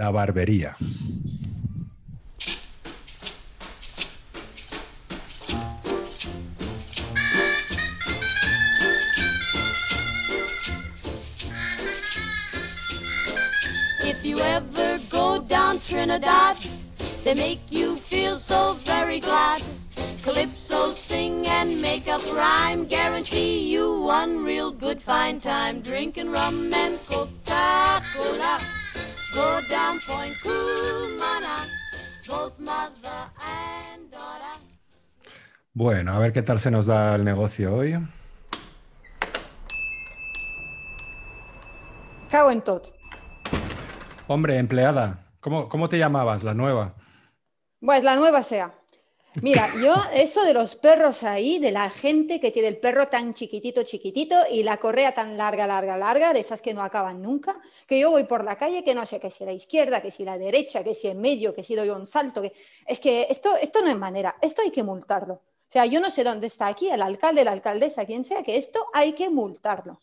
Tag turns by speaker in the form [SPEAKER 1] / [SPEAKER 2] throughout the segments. [SPEAKER 1] La barbería.
[SPEAKER 2] If you ever go down Trinidad, they make you feel so very glad. Calypso sing and make up rhyme, guarantee you one real good fine time. Drinking rum and Coca-Cola. Go down Point Cumana, both mother and daughter.
[SPEAKER 1] Bueno, a ver qué tal se nos da el negocio hoy.
[SPEAKER 3] Cago en todo.
[SPEAKER 1] Hombre, empleada, ¿cómo, cómo te llamabas, la nueva?
[SPEAKER 3] Pues la nueva sea. Mira, yo eso de los perros ahí, de la gente que tiene el perro tan chiquitito, chiquitito y la correa tan larga, larga, larga, de esas que no acaban nunca, que yo voy por la calle que no sé que si la izquierda, que si la derecha, que si en medio, que si doy un salto, que es que esto, esto no es manera, esto hay que multarlo. O sea, yo no sé dónde está aquí el alcalde, la alcaldesa, quien sea, que esto hay que multarlo.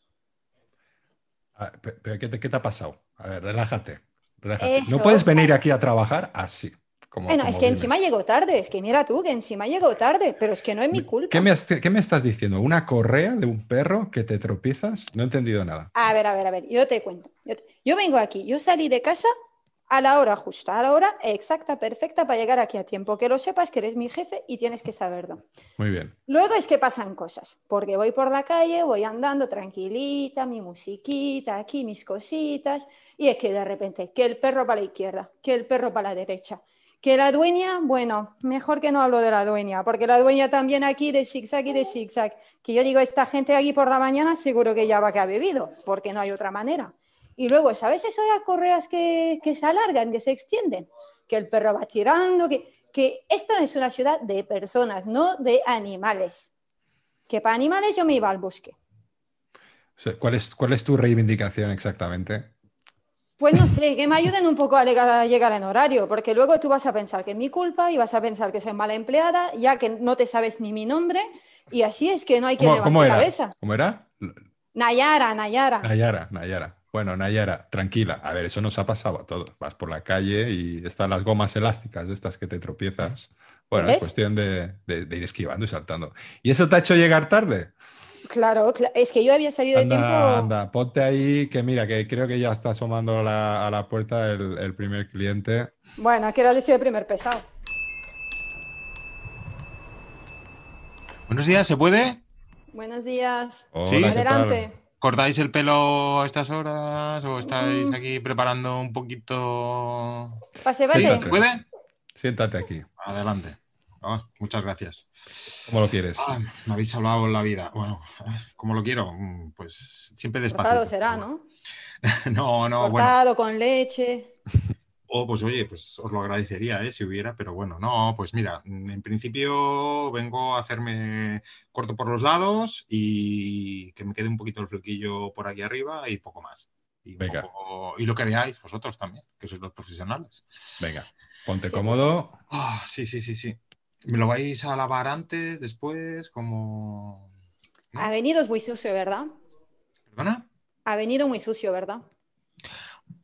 [SPEAKER 1] Ah, pe- pero ¿Qué te, qué te ha pasado? A ver, relájate. relájate.
[SPEAKER 3] Eso.
[SPEAKER 1] No puedes venir aquí a trabajar así. Como,
[SPEAKER 3] Bueno,
[SPEAKER 1] como
[SPEAKER 3] es que
[SPEAKER 1] vienes.
[SPEAKER 3] encima llegó tarde, es que mira tú, que encima llegó tarde, pero es que no es mi culpa.
[SPEAKER 1] ¿Qué me, has- qué me estás diciendo? ¿Una correa de un perro que te tropiezas? No he entendido nada.
[SPEAKER 3] A ver, a ver, a ver, yo te cuento. Yo, te- yo vengo aquí, yo salí de casa a la hora justa, a la hora exacta, perfecta para llegar aquí a tiempo. Que lo sepas que eres mi jefe y tienes que saberlo.
[SPEAKER 1] Muy bien.
[SPEAKER 3] Luego es que pasan cosas, porque voy por la calle, voy andando tranquilita, mi musiquita, aquí mis cositas, y es que de repente, que el perro para la izquierda, que el perro para la derecha, que la dueña, bueno, mejor que no hablo de la dueña, porque la dueña también aquí de zigzag y de zigzag, que yo digo, esta gente aquí por la mañana seguro que ya va que ha bebido, porque no hay otra manera. Y luego, ¿sabes eso de las correas que, que se alargan, que se extienden? Que el perro va tirando, que, que esta es una ciudad de personas, no de animales. Que para animales yo me iba al bosque.
[SPEAKER 1] O sea, ¿Cuál es, cuál es tu reivindicación exactamente?
[SPEAKER 3] Pues no sé, que me ayuden un poco a llegar, a llegar en horario, porque luego tú vas a pensar que es mi culpa y vas a pensar que soy mala empleada, ya que no te sabes ni mi nombre, y así es que no hay que
[SPEAKER 1] ¿Cómo,
[SPEAKER 3] levantar
[SPEAKER 1] cómo era?
[SPEAKER 3] cabeza.
[SPEAKER 1] ¿Cómo era?
[SPEAKER 3] Nayara, Nayara.
[SPEAKER 1] Nayara, Nayara. Bueno, Nayara, tranquila. A ver, eso nos ha pasado a todos. Vas por la calle y están las gomas elásticas, estas que te tropiezas. Bueno, es
[SPEAKER 3] ¿Ves?
[SPEAKER 1] cuestión de, de- de ir esquivando y saltando. ¿Y eso te ha hecho llegar tarde?
[SPEAKER 3] Claro, cla- es que yo había salido de tiempo.
[SPEAKER 1] Anda, anda, ponte ahí, que mira, que creo que ya está asomando a la, a la puerta el, el primer cliente.
[SPEAKER 3] Bueno, que era el de primer pesado.
[SPEAKER 4] Buenos días, ¿se puede?
[SPEAKER 3] Buenos días.
[SPEAKER 1] Hola,
[SPEAKER 4] Sí.
[SPEAKER 1] ¿qué tal?
[SPEAKER 3] Adelante.
[SPEAKER 4] ¿Cortáis el pelo a estas horas o estáis
[SPEAKER 3] Mm.
[SPEAKER 4] aquí preparando un poquito?
[SPEAKER 3] Pase,
[SPEAKER 1] Sí,
[SPEAKER 3] pase.
[SPEAKER 4] ¿Se puede?
[SPEAKER 1] Siéntate aquí.
[SPEAKER 4] Adelante. Ah, muchas gracias.
[SPEAKER 1] ¿Cómo lo quieres?
[SPEAKER 4] Ah, me habéis salvado la vida. Bueno, ah, como lo quiero, Mm, pues siempre despacio.
[SPEAKER 3] Cortado
[SPEAKER 4] por
[SPEAKER 3] será,
[SPEAKER 4] favor.
[SPEAKER 3] ¿no?
[SPEAKER 4] No, no, bueno.
[SPEAKER 3] Cortado con leche.
[SPEAKER 1] ¿Eh?
[SPEAKER 4] Oh, pues oye, pues os lo agradecería, ¿eh? Si hubiera, pero bueno, no, pues mira, mm, en principio vengo a hacerme corto por los lados y que me quede un poquito el flequillo por aquí arriba y poco más. Y, un
[SPEAKER 1] Venga.
[SPEAKER 4] poco- y lo que veáis vosotros también, que sois los profesionales.
[SPEAKER 1] Venga, ponte
[SPEAKER 3] Sí,
[SPEAKER 1] cómodo.
[SPEAKER 4] Ah, sí, sí, sí, sí. ¿Me lo vais a lavar antes, después, como... ¿no?
[SPEAKER 3] Ha venido muy sucio, ¿verdad?
[SPEAKER 4] ¿Perdona?
[SPEAKER 3] Ha venido muy sucio, ¿verdad?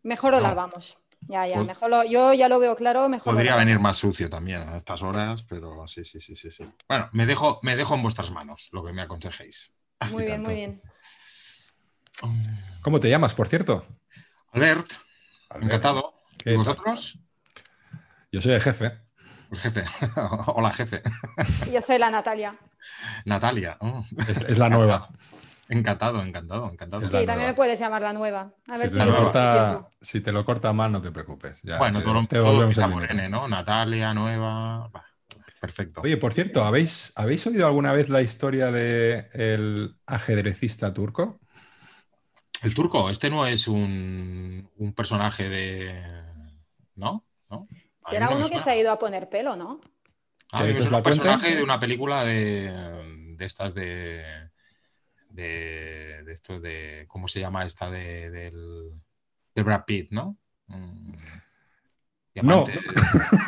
[SPEAKER 3] Mejor lo
[SPEAKER 4] No.
[SPEAKER 3] lavamos. Ya, ya,
[SPEAKER 4] Pod-
[SPEAKER 3] mejor lo, yo ya lo veo claro, mejor lo
[SPEAKER 4] Podría
[SPEAKER 3] lavamos.
[SPEAKER 4] venir más sucio también a estas horas, pero sí, sí, sí, sí, sí. Bueno, me dejo, me dejo en vuestras manos lo que me aconsejéis.
[SPEAKER 3] Muy
[SPEAKER 4] Y
[SPEAKER 3] bien, muy
[SPEAKER 4] tanto.
[SPEAKER 3] bien.
[SPEAKER 1] ¿Cómo te llamas, por cierto?
[SPEAKER 4] Albert,
[SPEAKER 1] Albert.
[SPEAKER 4] encantado.
[SPEAKER 1] ¿Qué
[SPEAKER 4] ¿Y
[SPEAKER 1] tal?
[SPEAKER 4] vosotros?
[SPEAKER 1] Yo soy el jefe.
[SPEAKER 4] El jefe. Hola, jefe.
[SPEAKER 3] Yo soy la Natalia.
[SPEAKER 4] Natalia. Oh,
[SPEAKER 1] Es, es la nueva.
[SPEAKER 4] Encantado, encantado, encantado.
[SPEAKER 1] Es
[SPEAKER 3] Sí,
[SPEAKER 1] la
[SPEAKER 3] también
[SPEAKER 1] nueva.
[SPEAKER 3] me puedes llamar la nueva. A ver
[SPEAKER 1] Si
[SPEAKER 3] si
[SPEAKER 1] te, lo
[SPEAKER 4] llego
[SPEAKER 3] llego
[SPEAKER 4] a
[SPEAKER 1] corta,
[SPEAKER 3] tiempo.
[SPEAKER 1] si te lo corta mal, no te preocupes. Ya
[SPEAKER 4] bueno,
[SPEAKER 1] te,
[SPEAKER 4] todo, lo-
[SPEAKER 1] te
[SPEAKER 4] todo lo
[SPEAKER 1] volvemos
[SPEAKER 4] empieza
[SPEAKER 1] a
[SPEAKER 4] por N, ¿no? Natalia, nueva. Va, perfecto.
[SPEAKER 1] Oye, por cierto, ¿habéis, ¿habéis oído alguna vez la historia del ajedrecista turco?
[SPEAKER 4] El turco, este no es un, un personaje de. ¿No? ¿No? A mí
[SPEAKER 3] Será
[SPEAKER 4] no me
[SPEAKER 3] uno que
[SPEAKER 4] suena.
[SPEAKER 3] se ha ido a poner pelo, ¿no?
[SPEAKER 4] Ah, es
[SPEAKER 1] ¿Queréis os
[SPEAKER 4] un
[SPEAKER 1] la cuento?
[SPEAKER 4] personaje de una película de, de estas de, de. de esto de. ¿Cómo se llama esta de, del, de Brad Pitt, no? Mm,
[SPEAKER 1] No.
[SPEAKER 4] Diamante,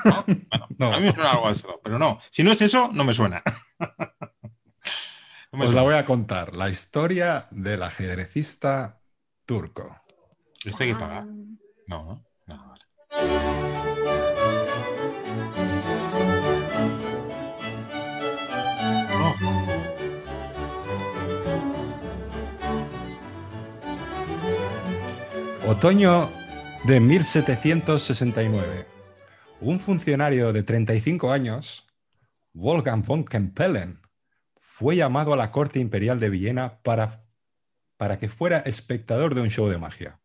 [SPEAKER 4] ¿no? Bueno,
[SPEAKER 1] No.
[SPEAKER 4] A mí me suena algo a eso, pero no. Si no es eso, no me suena. No me
[SPEAKER 1] Os Pues la
[SPEAKER 4] suena.
[SPEAKER 1] voy a contar. La historia del ajedrecista turco.
[SPEAKER 4] ¿Esto hay que pagar?
[SPEAKER 3] Ah,
[SPEAKER 4] No, no. No, vale. No.
[SPEAKER 1] Otoño de 1769. Un funcionario de 35 años, Wolfgang von Kempelen, fue llamado a la corte imperial de Viena para, para que fuera espectador de un show de magia.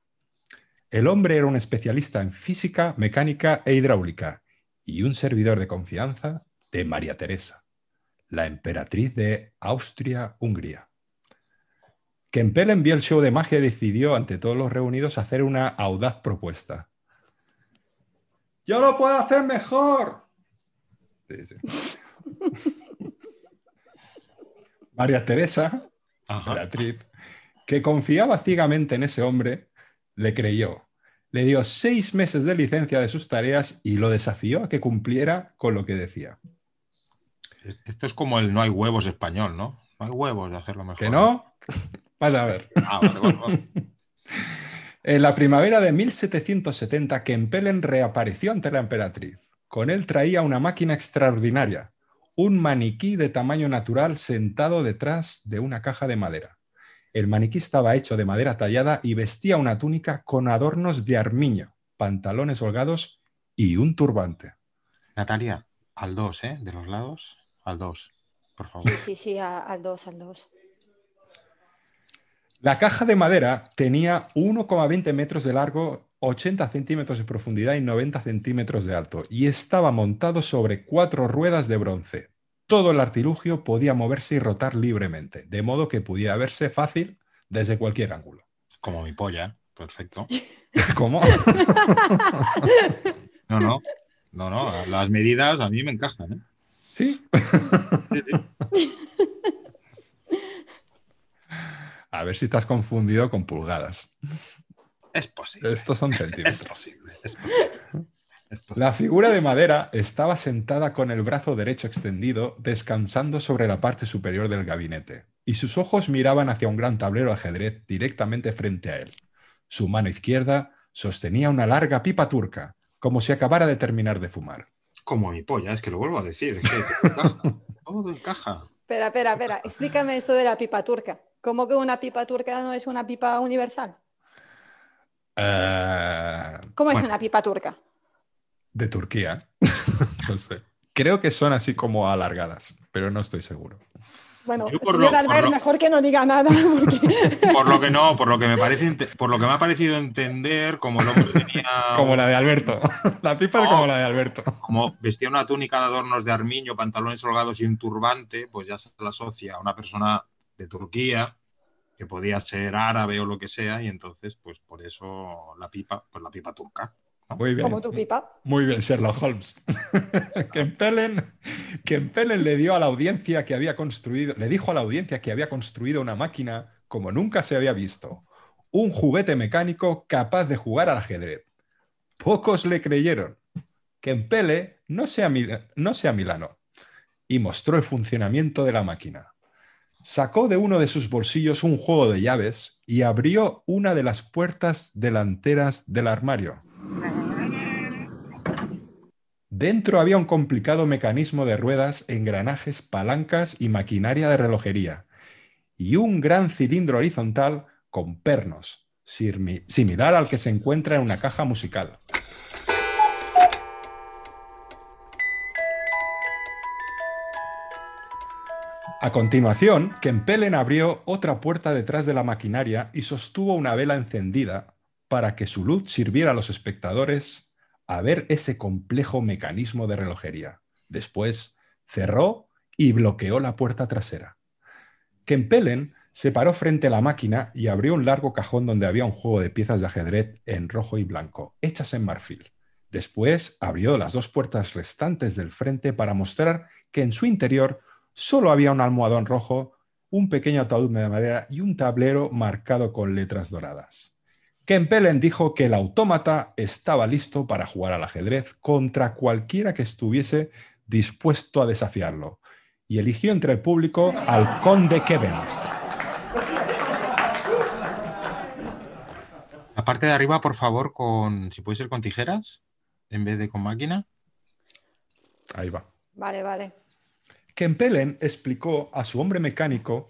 [SPEAKER 1] El hombre era un especialista en física, mecánica e hidráulica y un servidor de confianza de María Teresa, la emperatriz de Austria-Hungría. Kempelen vio el show de magia y decidió ante todos los reunidos hacer una audaz propuesta. ¡Yo lo puedo hacer mejor! Sí, sí. María Teresa,
[SPEAKER 4] Ajá.
[SPEAKER 1] emperatriz, que confiaba ciegamente en ese hombre, le creyó. Le dio seis meses de licencia de sus tareas y lo desafió a que cumpliera con lo que decía.
[SPEAKER 4] Esto es como el no hay huevos español, ¿no? No hay huevos de hacerlo mejor.
[SPEAKER 1] ¿Que no? Vas a ver.
[SPEAKER 4] Ah, vale, vale, vale.
[SPEAKER 1] En la primavera de 1770, Kempelen reapareció ante la emperatriz. Con él traía una máquina extraordinaria, un maniquí de tamaño natural sentado detrás de una caja de madera. El maniquí estaba hecho de madera tallada y vestía una túnica con adornos de armiño, pantalones holgados y un turbante.
[SPEAKER 4] Natalia, al 2, ¿eh? De los lados, al 2, por favor.
[SPEAKER 3] Sí, sí, a- al 2, al 2.
[SPEAKER 1] La caja de madera tenía 1,20 metros de largo, 80 centímetros de profundidad y 90 centímetros de alto, y estaba montado sobre cuatro ruedas de bronce. Todo el artilugio podía moverse y rotar libremente, de modo que pudiera verse fácil desde cualquier ángulo.
[SPEAKER 4] Como mi polla, perfecto.
[SPEAKER 1] ¿Cómo?
[SPEAKER 4] No, no, no, no, las medidas a mí me encajan, ¿eh?
[SPEAKER 1] ¿Sí?
[SPEAKER 4] Sí, sí.
[SPEAKER 1] A ver si te has confundido con pulgadas.
[SPEAKER 4] Es posible.
[SPEAKER 1] Estos son
[SPEAKER 4] Es
[SPEAKER 1] centímetros.
[SPEAKER 4] posible. Es posible. Es posible.
[SPEAKER 1] La figura de madera estaba sentada con el brazo derecho extendido, descansando sobre la parte superior del gabinete, y sus ojos miraban hacia un gran tablero de ajedrez directamente frente a él. Su mano izquierda sostenía una larga pipa turca, como si acabara de terminar de fumar.
[SPEAKER 4] Como mi polla, es que lo vuelvo a decir. Es que todo encaja. Todo encaja.
[SPEAKER 3] Espera, espera, espera. Explícame eso de la pipa turca. ¿Cómo que una pipa turca no es una pipa universal?
[SPEAKER 1] Eh,
[SPEAKER 3] ¿Cómo es
[SPEAKER 4] Bueno.
[SPEAKER 3] una pipa turca?
[SPEAKER 1] de Turquía. no sé. Creo que son así como alargadas, pero no estoy seguro.
[SPEAKER 3] Bueno,
[SPEAKER 4] Yo por
[SPEAKER 3] señor
[SPEAKER 4] lo- por
[SPEAKER 3] Albert,
[SPEAKER 4] lo-
[SPEAKER 3] mejor que no diga nada. Porque...
[SPEAKER 4] Por lo que no, por lo que me parece, ente- por lo que me ha parecido entender, como el hombre tenía,
[SPEAKER 1] Como la de Alberto. La pipa es
[SPEAKER 4] No.
[SPEAKER 1] como la de Alberto.
[SPEAKER 4] como vestía una túnica de adornos de armiño, pantalones holgados y un turbante, pues ya se la asocia a una persona de Turquía que podía ser árabe o lo que sea, y entonces, pues por eso la pipa, pues la pipa turca.
[SPEAKER 1] Muy bien.
[SPEAKER 3] Como tu pipa.
[SPEAKER 1] Muy bien, Sherlock Holmes. Kempelen, Kempelen le dio a la audiencia que había construido, le dijo a la audiencia que había construido una máquina como nunca se había visto, un juguete mecánico capaz de jugar al ajedrez. Pocos le creyeron. Kempele no sea, mil- no sea Milano y mostró el funcionamiento de la máquina. Sacó de uno de sus bolsillos un juego de llaves y abrió una de las puertas delanteras del armario. Dentro había un complicado mecanismo de ruedas, engranajes, palancas y maquinaria de relojería, y un gran cilindro horizontal con pernos, sirmi- similar al que se encuentra en una caja musical. A continuación, Kempelen abrió otra puerta detrás de la maquinaria y sostuvo una vela encendida para que su luz sirviera a los espectadores a ver ese complejo mecanismo de relojería. Después cerró y bloqueó la puerta trasera. Kempelen se paró frente a la máquina y abrió un largo cajón donde había un juego de piezas de ajedrez en rojo y blanco, hechas en marfil. Después abrió las dos puertas restantes del frente para mostrar que en su interior solo había un almohadón rojo, un pequeño ataúd de madera y un tablero marcado con letras doradas. Kempelen dijo que el autómata estaba listo para jugar al ajedrez contra cualquiera que estuviese dispuesto a desafiarlo y eligió entre el público al conde Kevens.
[SPEAKER 4] La parte de arriba, por favor, con si puede ser con tijeras. en vez de con máquina?
[SPEAKER 1] Ahí va.
[SPEAKER 3] Vale, vale.
[SPEAKER 1] Kempelen explicó a su hombre mecánico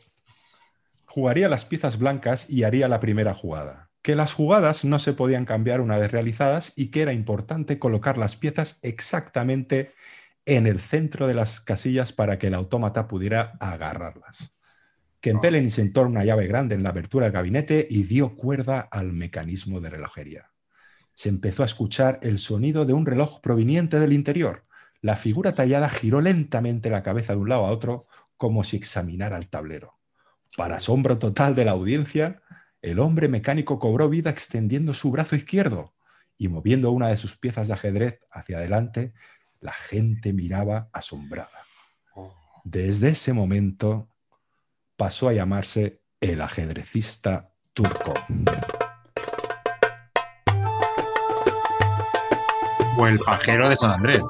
[SPEAKER 1] jugaría las piezas blancas y haría la primera jugada. Que las jugadas no se podían cambiar una vez realizadas y que era importante colocar las piezas exactamente en el centro de las casillas para que el autómata pudiera agarrarlas. Kempelen insentó una llave grande en la abertura del gabinete y dio cuerda al mecanismo de relojería. Se empezó a escuchar el sonido de un reloj proveniente del interior. La figura tallada giró lentamente la cabeza de un lado a otro como si examinara el tablero. Para asombro total de la audiencia, el hombre mecánico cobró vida extendiendo su brazo izquierdo y moviendo una de sus piezas de ajedrez hacia adelante, la gente miraba asombrada. Desde ese momento pasó a llamarse el ajedrecista turco.
[SPEAKER 4] O el pajero de San Andrés.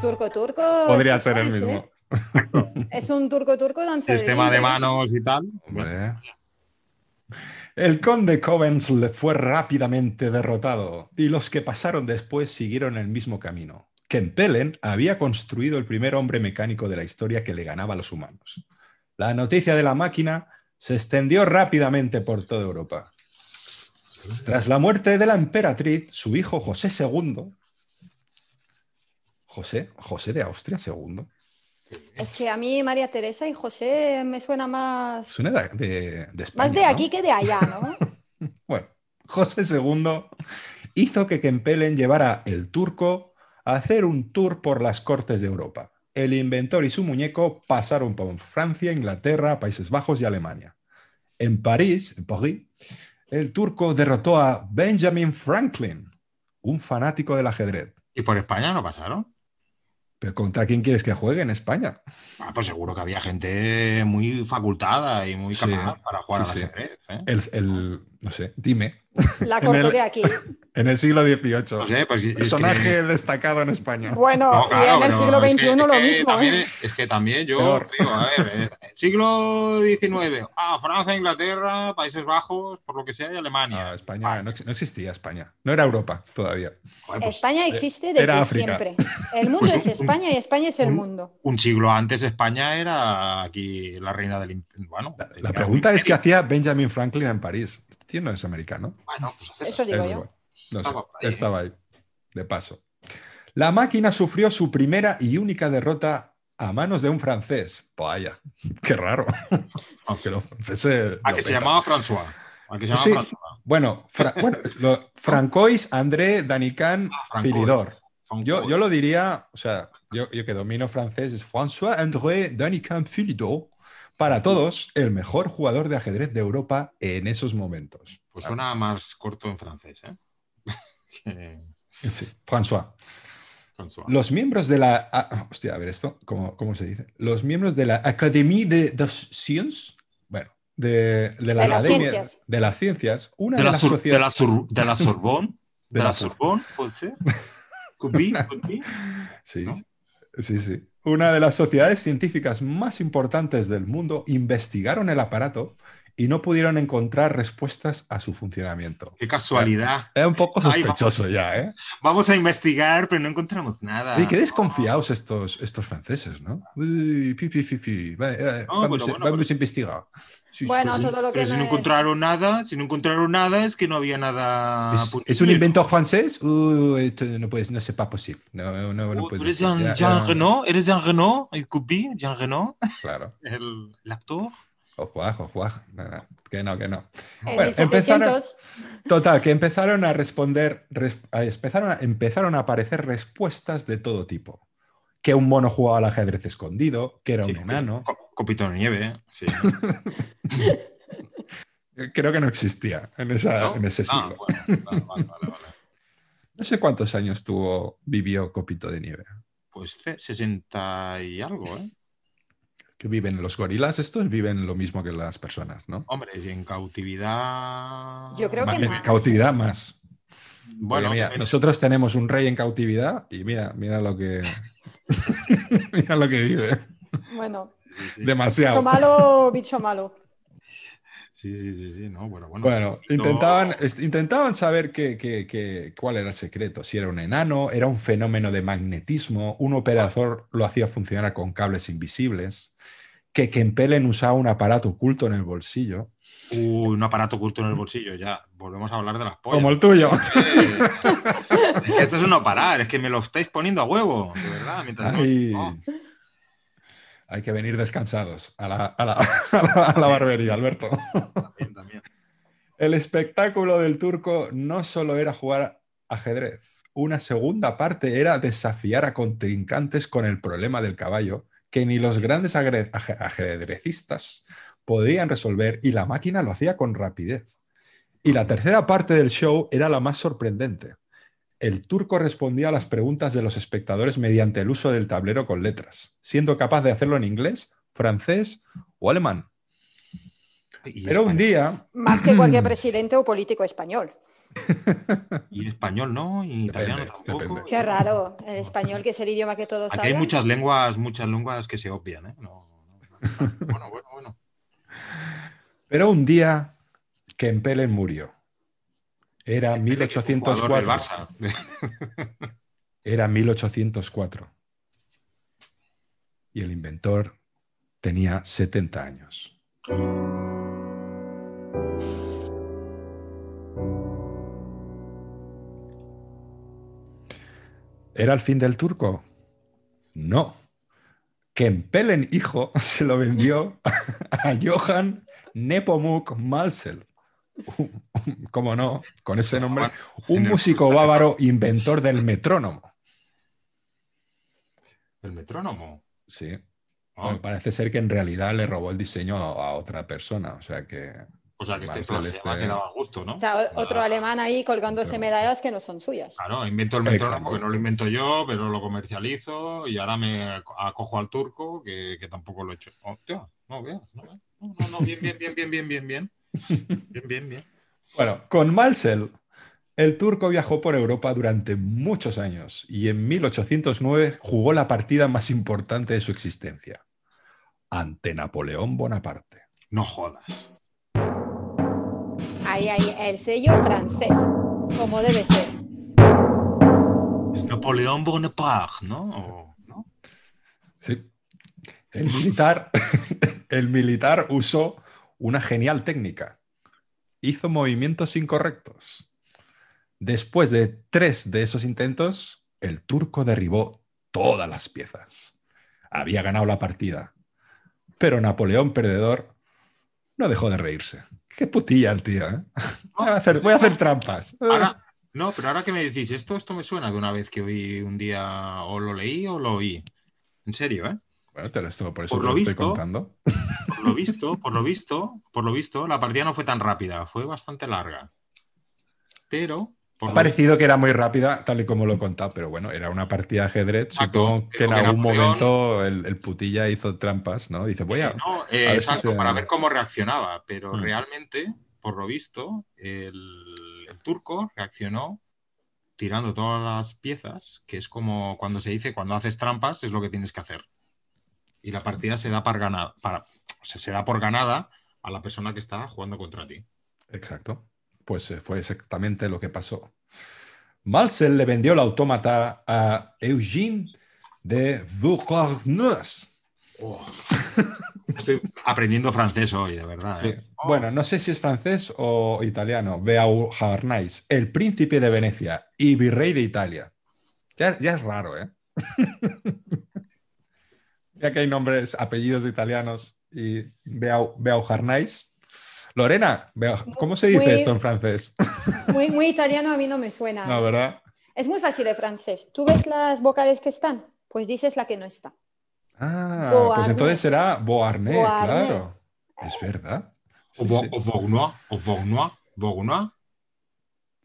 [SPEAKER 3] Turco, turco.
[SPEAKER 1] Podría
[SPEAKER 3] sí,
[SPEAKER 1] ser el
[SPEAKER 3] sí.
[SPEAKER 1] mismo.
[SPEAKER 3] Es un turco, turco danzador.
[SPEAKER 4] Sistema de manos y tal.
[SPEAKER 1] Hombre. El conde Covens le fue rápidamente derrotado y los que pasaron después siguieron el mismo camino. Kempelen había construido el primer hombre mecánico de la historia que le ganaba a los humanos. La noticia de la máquina se extendió rápidamente por toda Europa. Tras la muerte de la emperatriz, su hijo José II, José, José de Austria II,
[SPEAKER 3] Es que a mí María Teresa y José me suena más,
[SPEAKER 1] suena de, de- de España.
[SPEAKER 3] más de
[SPEAKER 1] ¿no?
[SPEAKER 3] aquí que de allá, ¿no?
[SPEAKER 1] Bueno, José II hizo que Kempelen llevara el turco a hacer un tour por las cortes de Europa. El inventor y su muñeco pasaron por Francia, Inglaterra, Países Bajos y Alemania. En París, en París, el turco derrotó a Benjamin Franklin, un fanático del ajedrez.
[SPEAKER 4] ¿Y por España no pasaron?
[SPEAKER 1] ¿Pero contra quién quieres que juegue en España?
[SPEAKER 4] Ah, pues seguro que había gente muy facultada y muy
[SPEAKER 1] Sí.
[SPEAKER 4] capaz para jugar
[SPEAKER 1] Sí,
[SPEAKER 4] al
[SPEAKER 1] sí.
[SPEAKER 4] ajedrez. ¿eh?
[SPEAKER 1] El, el- no sé, dime.
[SPEAKER 3] La corto
[SPEAKER 1] el-
[SPEAKER 3] de aquí.
[SPEAKER 1] En el siglo
[SPEAKER 4] No
[SPEAKER 1] XVIII.
[SPEAKER 4] sé, pues es que-
[SPEAKER 1] Personaje destacado en España.
[SPEAKER 3] Bueno,
[SPEAKER 4] No, claro,
[SPEAKER 3] y en el
[SPEAKER 4] pero
[SPEAKER 3] siglo
[SPEAKER 4] es que-
[SPEAKER 3] XXI lo
[SPEAKER 4] es que
[SPEAKER 3] mismo.
[SPEAKER 4] también-
[SPEAKER 3] ¿eh?
[SPEAKER 4] Es que también yo,
[SPEAKER 1] Peor.
[SPEAKER 4] digo, a ver, eh, siglo XIX, ah, Francia, Inglaterra, Países Bajos, por lo que sea, y
[SPEAKER 1] Ah,
[SPEAKER 4] Alemania.
[SPEAKER 1] España, no, ex- no existía España. No era Europa todavía.
[SPEAKER 4] Joder, pues,
[SPEAKER 3] España existe desde
[SPEAKER 1] era África.
[SPEAKER 3] siempre. El mundo es España y España es el
[SPEAKER 4] un-
[SPEAKER 3] mundo.
[SPEAKER 4] un siglo antes España era aquí la reina del... imp- Bueno,
[SPEAKER 1] La pregunta es qué hacía Benjamin Franklin en París. Este tío no es americano.
[SPEAKER 4] Bueno, pues haces
[SPEAKER 3] Eso
[SPEAKER 1] Es
[SPEAKER 3] digo
[SPEAKER 1] muy
[SPEAKER 3] yo.
[SPEAKER 1] bueno. No sé,
[SPEAKER 4] Estaba por ahí.
[SPEAKER 1] estaba ahí, de paso. La máquina sufrió su primera y única derrota a manos de un francés. Vaya, qué raro. Aunque los franceses.
[SPEAKER 4] A
[SPEAKER 1] lo
[SPEAKER 4] Ah. que se
[SPEAKER 1] petan.
[SPEAKER 4] llamaba François. A que se llamaba
[SPEAKER 1] Sí.
[SPEAKER 4] François.
[SPEAKER 1] Bueno, Fra- bueno, lo- Francois, André, Danican,
[SPEAKER 4] Ah, Francois.
[SPEAKER 1] Filidor.
[SPEAKER 4] Francois.
[SPEAKER 1] Yo, yo lo diría, o sea, yo, yo que domino francés es François André Danican Philidor, para todos el mejor jugador de ajedrez de Europa en esos momentos.
[SPEAKER 4] Pues suena más corto en francés, ¿eh? Que
[SPEAKER 1] Sí, François.
[SPEAKER 4] François.
[SPEAKER 1] Los miembros de la. ah, hostia, a ver esto, ¿cómo, cómo se dice? Los miembros de la Académie de, de Sciences, bueno, de, de la
[SPEAKER 3] De las
[SPEAKER 1] Academia
[SPEAKER 3] Ciencias.
[SPEAKER 1] de las Ciencias, una
[SPEAKER 4] de,
[SPEAKER 1] de,
[SPEAKER 4] la
[SPEAKER 1] las
[SPEAKER 4] Sor- de
[SPEAKER 1] sociedades.
[SPEAKER 4] la Sor- de la Sorbonne. De,
[SPEAKER 1] De
[SPEAKER 4] la,
[SPEAKER 1] la Sor-
[SPEAKER 4] Sorbonne, puede ser. Could be, could be.
[SPEAKER 1] Sí,
[SPEAKER 4] ¿no?
[SPEAKER 1] sí, sí. Una de las sociedades científicas más importantes del mundo investigaron el aparato y no pudieron encontrar respuestas a su funcionamiento.
[SPEAKER 4] Qué casualidad.
[SPEAKER 1] Es un poco
[SPEAKER 4] Ahí va.
[SPEAKER 1] sospechoso ya, ¿eh?
[SPEAKER 4] Vamos a investigar, pero no encontramos nada.
[SPEAKER 1] Y qué desconfiados estos, estos franceses, ¿no? Uy, pi, pi, fi, fi. Va, eh, vamos, a-
[SPEAKER 4] No, bueno, bueno, pues.
[SPEAKER 1] vamos
[SPEAKER 4] bueno.
[SPEAKER 1] a investigar. Sí,
[SPEAKER 3] Bueno,
[SPEAKER 1] sí.
[SPEAKER 3] todo lo que
[SPEAKER 4] Pero si no
[SPEAKER 3] no es-
[SPEAKER 4] encontraron nada, si no encontraron nada es que no había nada.
[SPEAKER 1] ¿Es,
[SPEAKER 4] puntible.
[SPEAKER 1] es un invento francés? Uh, esto no puede, no sé, pas posible. No, no, no, no
[SPEAKER 4] Oh,
[SPEAKER 1] puede
[SPEAKER 4] ¿Tú eres
[SPEAKER 1] ser.
[SPEAKER 4] Jean,
[SPEAKER 1] pues, Ya,
[SPEAKER 4] Jean
[SPEAKER 1] ya,
[SPEAKER 4] Reno? ¿Eres Jean Reno? ¿El could be Jean Reno?
[SPEAKER 1] Claro.
[SPEAKER 4] ¿El, el actor?
[SPEAKER 1] Ojo, ajo, ojo, ajo. No, no, que no, que no.
[SPEAKER 3] En
[SPEAKER 1] Bueno, empezaron-
[SPEAKER 3] 1700,
[SPEAKER 1] Total, que empezaron a responder, res- a- empezaron, a, empezaron a aparecer respuestas de todo tipo. Que un mono jugaba al ajedrez escondido, que era
[SPEAKER 4] Sí,
[SPEAKER 1] un enano.
[SPEAKER 4] co- Copito de nieve, ¿eh? sí.
[SPEAKER 1] Eh, Creo que no existía en, esa-
[SPEAKER 4] ¿No?
[SPEAKER 1] en ese siglo.
[SPEAKER 4] Ah, bueno, vale, vale, vale, vale.
[SPEAKER 1] No sé cuántos años tuvo, vivió Copito de Nieve.
[SPEAKER 4] Pues ce- 60 y algo, ¿eh?
[SPEAKER 1] Que viven los gorilas, estos viven lo mismo que las personas, ¿no?
[SPEAKER 4] Hombre, y en cautividad.
[SPEAKER 3] Yo creo que
[SPEAKER 1] Más- en
[SPEAKER 3] más.
[SPEAKER 1] cautividad más. Bueno,
[SPEAKER 4] Bueno,
[SPEAKER 1] mira,
[SPEAKER 4] también-
[SPEAKER 1] nosotros tenemos un rey en cautividad y mira, mira lo que mira lo que vive.
[SPEAKER 3] bueno,
[SPEAKER 4] sí, sí.
[SPEAKER 1] Demasiado.
[SPEAKER 3] lo malo, bicho malo.
[SPEAKER 4] Sí, sí, sí, sí, no, bueno, bueno.
[SPEAKER 1] Bueno, intentaban, es- intentaban saber qué- qué- qué- cuál era el secreto, si era un enano, era un fenómeno de magnetismo, un operador lo hacía funcionar con cables invisibles, que Kempelen usaba un aparato oculto en el bolsillo,
[SPEAKER 4] Uy, un aparato oculto en el bolsillo, ya. Volvemos a hablar de las pollas.
[SPEAKER 1] como el tuyo.
[SPEAKER 4] Eh, es que esto es un no parar, es que me lo estáis poniendo a huevo, de verdad. Mientras no-
[SPEAKER 1] Ay,
[SPEAKER 4] no.
[SPEAKER 1] Hay que venir descansados a la- a la- a la- a la barbería, Alberto.
[SPEAKER 4] también, también.
[SPEAKER 1] El espectáculo del turco no solo era jugar ajedrez, una segunda parte era desafiar a contrincantes con el problema del caballo que ni los grandes agre- aje- ajedrecistas podían resolver y la máquina lo hacía con rapidez. Y la tercera parte del show era la más sorprendente. El turco respondía a las preguntas de los espectadores mediante el uso del tablero con letras, siendo capaz de hacerlo en inglés, francés o alemán.
[SPEAKER 4] Y
[SPEAKER 1] Pero un
[SPEAKER 4] español-
[SPEAKER 1] día
[SPEAKER 3] Más que cualquier presidente o político español.
[SPEAKER 4] Y español no, y italiano
[SPEAKER 1] Depende,
[SPEAKER 4] tampoco.
[SPEAKER 1] depende.
[SPEAKER 3] Qué raro, el español que es el idioma que todos
[SPEAKER 4] Aquí hay
[SPEAKER 3] hablan.
[SPEAKER 4] muchas lenguas, muchas lenguas que se obvian, ¿eh? No, no, no. Bueno, bueno, bueno.
[SPEAKER 1] Pero un día Kempelen murió. Era
[SPEAKER 4] Jugador del
[SPEAKER 1] 1804.
[SPEAKER 4] Barça.
[SPEAKER 1] Era 1804. Y el inventor tenía 70 años. ¿Era el fin del turco? No. Kempelen hijo se lo vendió a Johann Nepomuk Malsel. Como no, con ese nombre, un músico bávaro inventor del metrónomo.
[SPEAKER 4] El metrónomo.
[SPEAKER 1] Sí.
[SPEAKER 4] Ah,
[SPEAKER 1] Bueno, parece ser que en realidad le robó el diseño a, a otra persona. O sea que.
[SPEAKER 4] o sea que este
[SPEAKER 1] Marcel
[SPEAKER 4] plan
[SPEAKER 1] este-
[SPEAKER 4] ha quedado a gusto, ¿no?
[SPEAKER 3] O sea, o- otro
[SPEAKER 4] Ah,
[SPEAKER 3] alemán ahí colgándose
[SPEAKER 1] Pero-
[SPEAKER 3] medallas que no son suyas.
[SPEAKER 4] Claro, invento el metrónomo,
[SPEAKER 1] Exacto.
[SPEAKER 4] que no lo invento yo, pero lo comercializo y ahora me acojo al turco, que, que tampoco lo he hecho. Hostia, no veas, no veas. No, no, no, bien, bien, bien, bien, bien, bien, bien. Bien, bien, bien.
[SPEAKER 1] Bueno, con Malsel, el turco viajó por Europa durante muchos años y en 1809 jugó la partida más importante de su existencia ante Napoleón Bonaparte.
[SPEAKER 4] No jodas.
[SPEAKER 3] Ahí, ahí, el sello francés, como debe ser.
[SPEAKER 4] Es Napoleón Bonaparte, ¿no? O- ¿no?
[SPEAKER 1] Sí. El militar, el militar usó una genial técnica. Hizo movimientos incorrectos. Después de tres de esos intentos, el turco derribó todas las piezas. Había ganado la partida. Pero Napoleón perdedor no dejó de reírse. Qué putilla el tío, ¿eh? Voy a hacer, voy a hacer trampas.
[SPEAKER 4] Ahora, no, pero ahora que me decís esto, esto me suena de una vez que oí un día, o lo leí o lo oí. En serio, ¿eh?
[SPEAKER 1] Bueno, te lo estoy, por eso
[SPEAKER 4] por
[SPEAKER 1] te
[SPEAKER 4] lo
[SPEAKER 1] lo estoy
[SPEAKER 4] visto-
[SPEAKER 1] contando.
[SPEAKER 4] Por lo visto, por lo visto, por lo visto, la partida no fue tan rápida, fue bastante larga. Pero, por
[SPEAKER 1] Ha
[SPEAKER 4] lo
[SPEAKER 1] parecido que era muy rápida, tal y como lo he contado, pero bueno, era una partida de ajedrez.
[SPEAKER 4] Exacto.
[SPEAKER 1] Supongo que en
[SPEAKER 4] Creo que
[SPEAKER 1] algún
[SPEAKER 4] Napoleón-
[SPEAKER 1] momento el, el putilla hizo trampas, ¿no? Dice, voy a.
[SPEAKER 4] No, eh,
[SPEAKER 1] a ver si
[SPEAKER 4] exacto,
[SPEAKER 1] se-
[SPEAKER 4] para ver cómo reaccionaba, pero
[SPEAKER 1] Mm.
[SPEAKER 4] realmente, por lo visto, el, el turco reaccionó tirando todas las piezas, que es como cuando se dice, cuando haces trampas es lo que tienes que hacer. Y la partida se da, para ganar, para, o sea, se da por ganada a la persona que está jugando contra ti.
[SPEAKER 1] Exacto. Pues eh, fue exactamente lo que pasó. Malsel le vendió el autómata a Eugene de Vaucorneuse. Oh.
[SPEAKER 4] Estoy aprendiendo francés hoy, de verdad.
[SPEAKER 1] Sí.
[SPEAKER 4] ¿eh?
[SPEAKER 1] Bueno, no sé si es francés o italiano. Beauharnais, el príncipe de Venecia y virrey de Italia. Ya, ya es raro, ¿eh? ya que hay nombres, apellidos italianos y Beau- Beauharnais. Lorena, Bea- ¿cómo se dice
[SPEAKER 3] Muy-
[SPEAKER 1] esto en francés?
[SPEAKER 3] Muy, muy italiano a mí no me suena.
[SPEAKER 1] no, ¿verdad?
[SPEAKER 3] Es muy fácil de francés. ¿Tú ves las vocales que están? Pues dices la que no está.
[SPEAKER 1] Ah, pues
[SPEAKER 3] Beauharnais.
[SPEAKER 1] entonces será Beauharnais,
[SPEAKER 3] Beauharnais.
[SPEAKER 1] claro. Es verdad. Sí,
[SPEAKER 4] O Vau-
[SPEAKER 1] sí.
[SPEAKER 4] o Vaunois, o Vaunois, Vaunois,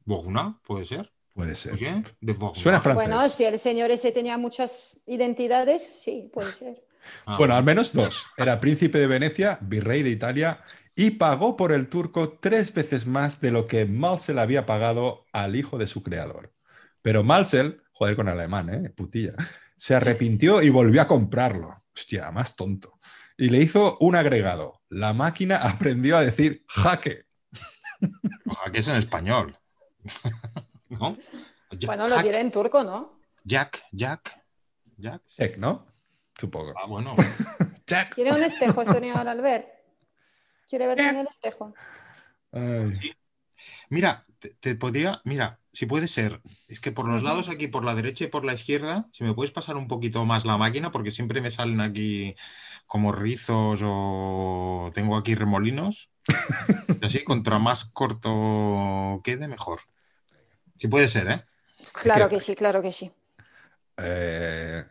[SPEAKER 4] Vaunois, puede ser.
[SPEAKER 1] Puede ser.
[SPEAKER 4] Eugène de Vaunois.
[SPEAKER 1] Suena francés.
[SPEAKER 3] Bueno, si el señor ese tenía muchas identidades, sí, puede ser.
[SPEAKER 4] Ah,
[SPEAKER 1] Bueno, al menos dos. Era príncipe de Venecia, virrey de Italia y pagó por el turco tres veces más de lo que Malsel había pagado al hijo de su creador. Pero Malsel, joder con alemán, ¿eh? Putilla, se arrepintió y volvió a comprarlo. Hostia, más tonto. Y le hizo un agregado. La máquina aprendió a decir jaque.
[SPEAKER 4] Jaque es en español. ¿No? Ya-
[SPEAKER 3] Bueno, lo
[SPEAKER 1] Ah.
[SPEAKER 4] Jack,
[SPEAKER 3] diré en turco, ¿no?
[SPEAKER 4] Jack, Jack, Jack.
[SPEAKER 1] Jack, ¿no? Supongo.
[SPEAKER 4] Ah, bueno.
[SPEAKER 1] Jack.
[SPEAKER 3] ¿Quiere un espejo, señor Albert? ¿Quiere verse en el espejo?
[SPEAKER 1] Ay,
[SPEAKER 4] Mira, te, te podría, mira, si puede ser, es que por los
[SPEAKER 3] Ujú.
[SPEAKER 4] lados aquí, por la derecha y por la izquierda, si me puedes pasar un poquito más la máquina, porque siempre me salen aquí como rizos o tengo aquí remolinos. Y Así, contra más corto quede, mejor. Si puede ser, ¿eh?
[SPEAKER 3] Claro que sí, claro que sí.
[SPEAKER 1] eh,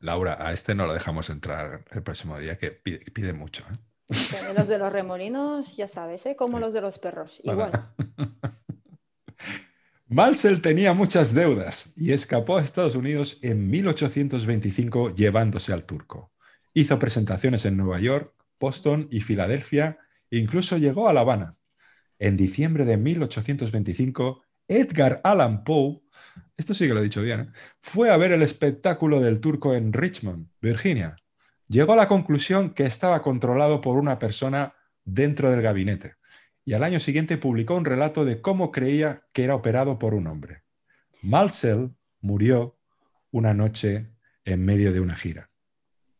[SPEAKER 1] Laura, a este no lo dejamos entrar el próximo día, que pide, pide mucho. ¿eh?
[SPEAKER 3] Porque Los de los remolinos, ya sabes, ¿eh? como
[SPEAKER 1] Sí.
[SPEAKER 3] los de los perros.
[SPEAKER 1] Bueno.
[SPEAKER 3] Igual.
[SPEAKER 1] Mansell tenía muchas deudas y escapó a Estados Unidos en 1825 llevándose al turco. Hizo presentaciones en Nueva York, Boston y Filadelfia, e incluso llegó a La Habana. En diciembre de 1825, Edgar Allan Poe, esto sí que lo he dicho bien, ¿eh? fue a ver el espectáculo del turco en Richmond, Virginia. Llegó a la conclusión que estaba controlado por una persona dentro del gabinete y al año siguiente publicó un relato de cómo creía que era operado por un hombre. Malsell murió una noche en medio de una gira.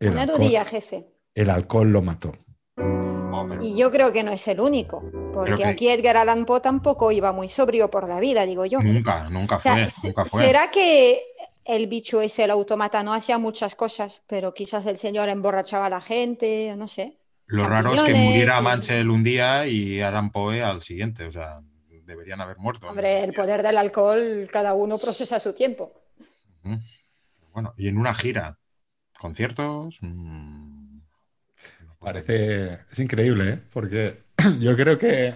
[SPEAKER 1] El,
[SPEAKER 3] Una
[SPEAKER 1] alcohol,
[SPEAKER 3] dudilla, jefe.
[SPEAKER 1] el alcohol lo mató.
[SPEAKER 4] Oh, pero-
[SPEAKER 3] Y yo creo que no es el único, porque
[SPEAKER 4] que-
[SPEAKER 3] aquí Edgar Allan Poe tampoco iba muy sobrio por la vida, digo yo.
[SPEAKER 4] Nunca, nunca
[SPEAKER 3] O sea,
[SPEAKER 4] Mm, fue,
[SPEAKER 3] se-
[SPEAKER 4] nunca fue.
[SPEAKER 3] ¿Será que el bicho ese, el automata, no hacía muchas cosas, pero quizás el señor emborrachaba a la gente, no sé?
[SPEAKER 4] Lo raro es que
[SPEAKER 3] Champiñones
[SPEAKER 4] muriera
[SPEAKER 3] y-
[SPEAKER 4] Manchel un día y Alan Poe al siguiente, o sea, deberían haber muerto. ¿eh?
[SPEAKER 3] Hombre, el poder del alcohol, cada uno procesa a su tiempo.
[SPEAKER 4] Ujú. Bueno, y en una gira, conciertos. mm,
[SPEAKER 1] Parece, es increíble, ¿eh? porque yo creo que,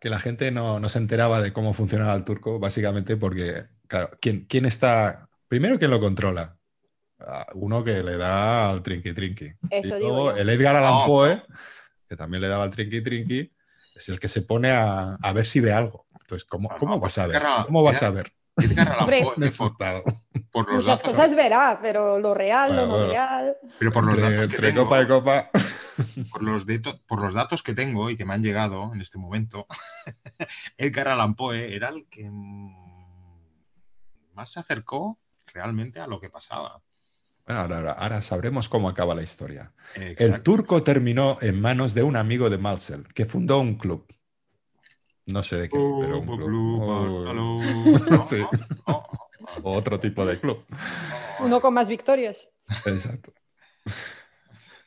[SPEAKER 1] que la gente no, no se enteraba de cómo funcionaba el turco, básicamente porque, claro, ¿quién, quién está, primero, quién lo controla? Ah, Uno que le da al trinqui trinqui.
[SPEAKER 3] Eso
[SPEAKER 1] Y
[SPEAKER 3] digo
[SPEAKER 1] luego
[SPEAKER 3] yo.
[SPEAKER 1] el Edgar Allan
[SPEAKER 4] No.
[SPEAKER 1] Poe, que también le daba al trinqui trinqui, es el que se pone a, a ver si ve algo. Entonces, ¿cómo,
[SPEAKER 4] No,
[SPEAKER 1] cómo
[SPEAKER 4] pues
[SPEAKER 1] vas a ver?
[SPEAKER 4] Edgar-
[SPEAKER 1] ¿Cómo vas
[SPEAKER 4] Edgar-
[SPEAKER 1] a ver?
[SPEAKER 4] Edgar Allan
[SPEAKER 3] Hombre.
[SPEAKER 4] Poe, eh, por,
[SPEAKER 1] Asustado.
[SPEAKER 4] por los
[SPEAKER 3] Muchas
[SPEAKER 4] datos-
[SPEAKER 3] cosas verá, pero lo real,
[SPEAKER 1] Bueno,
[SPEAKER 3] lo no
[SPEAKER 1] bueno.
[SPEAKER 3] real.
[SPEAKER 4] pero por los
[SPEAKER 1] Entre-
[SPEAKER 4] datos que
[SPEAKER 1] entre
[SPEAKER 4] tengo,
[SPEAKER 1] copa y copa.
[SPEAKER 4] por los deto- por los datos que tengo y que me han llegado en este momento, Edgar Allan Poe era el que mm, más se acercó realmente a lo que pasaba.
[SPEAKER 1] Bueno, ahora- ahora- ahora sabremos cómo acaba la historia. El
[SPEAKER 4] Exacto.
[SPEAKER 1] turco terminó en manos de un amigo de Malsel, que fundó un club. No sé de qué, pero un
[SPEAKER 4] Club,
[SPEAKER 1] club.
[SPEAKER 4] club,
[SPEAKER 1] O,
[SPEAKER 4] Oh, Barcelona. No,
[SPEAKER 1] Sí.
[SPEAKER 4] no, no,
[SPEAKER 1] o otro tipo de club.
[SPEAKER 4] no.
[SPEAKER 3] Uno con más victorias.
[SPEAKER 1] Exacto.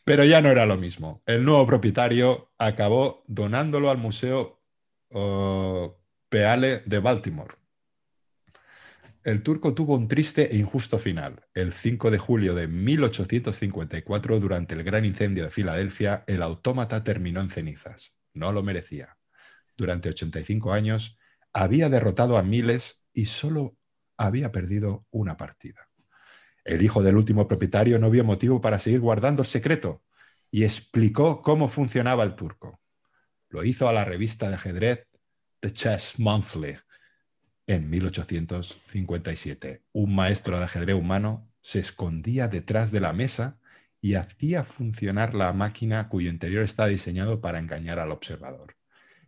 [SPEAKER 1] Pero ya no era lo mismo. El nuevo propietario acabó donándolo al Museo oh, Peale de Baltimore. El turco tuvo un triste e injusto final. El 5 de julio de 1854, durante el gran incendio de Filadelfia, el autómata terminó en cenizas. No lo merecía. Durante 85 años había derrotado a miles y solo había perdido una partida. El hijo del último propietario no vio motivo para seguir guardando el secreto y explicó cómo funcionaba el turco. Lo hizo a la revista de ajedrez The Chess Monthly en 1857. Un maestro de ajedrez humano se escondía detrás de la mesa y hacía funcionar la máquina cuyo interior está diseñado para engañar al observador.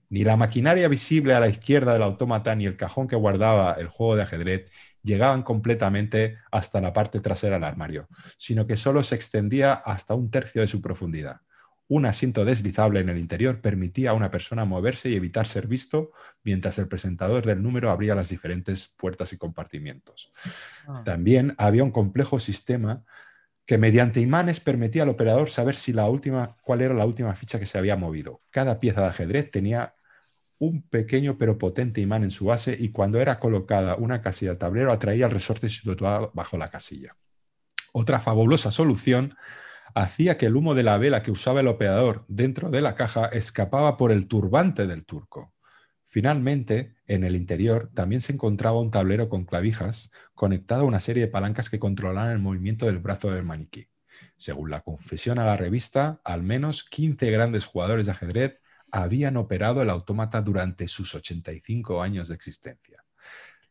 [SPEAKER 1] Ni la maquinaria visible a la izquierda del autómata ni el cajón que guardaba el juego de ajedrez llegaban completamente hasta la parte trasera del armario, sino que solo se extendía hasta un tercio de su profundidad. Un asiento deslizable en el interior permitía a una persona moverse y evitar ser visto mientras el presentador del número abría las diferentes puertas y compartimientos. Ah.
[SPEAKER 4] Ah.
[SPEAKER 1] También había un complejo sistema que mediante imanes permitía al operador saber si la última, cuál era la última ficha que se había movido. Cada pieza de ajedrez tenía un pequeño pero potente imán en su base y cuando era colocada una casilla de tablero atraía el resorte situado bajo la casilla. Otra fabulosa solución hacía que el humo de la vela que usaba el operador dentro de la caja escapaba por el turbante del turco. Finalmente, en el interior también se encontraba un tablero con clavijas conectado a una serie de palancas que controlaban el movimiento del brazo del maniquí. Según la confesión a la revista, al menos 15 grandes jugadores de ajedrez habían operado el autómata durante sus 85 años de existencia.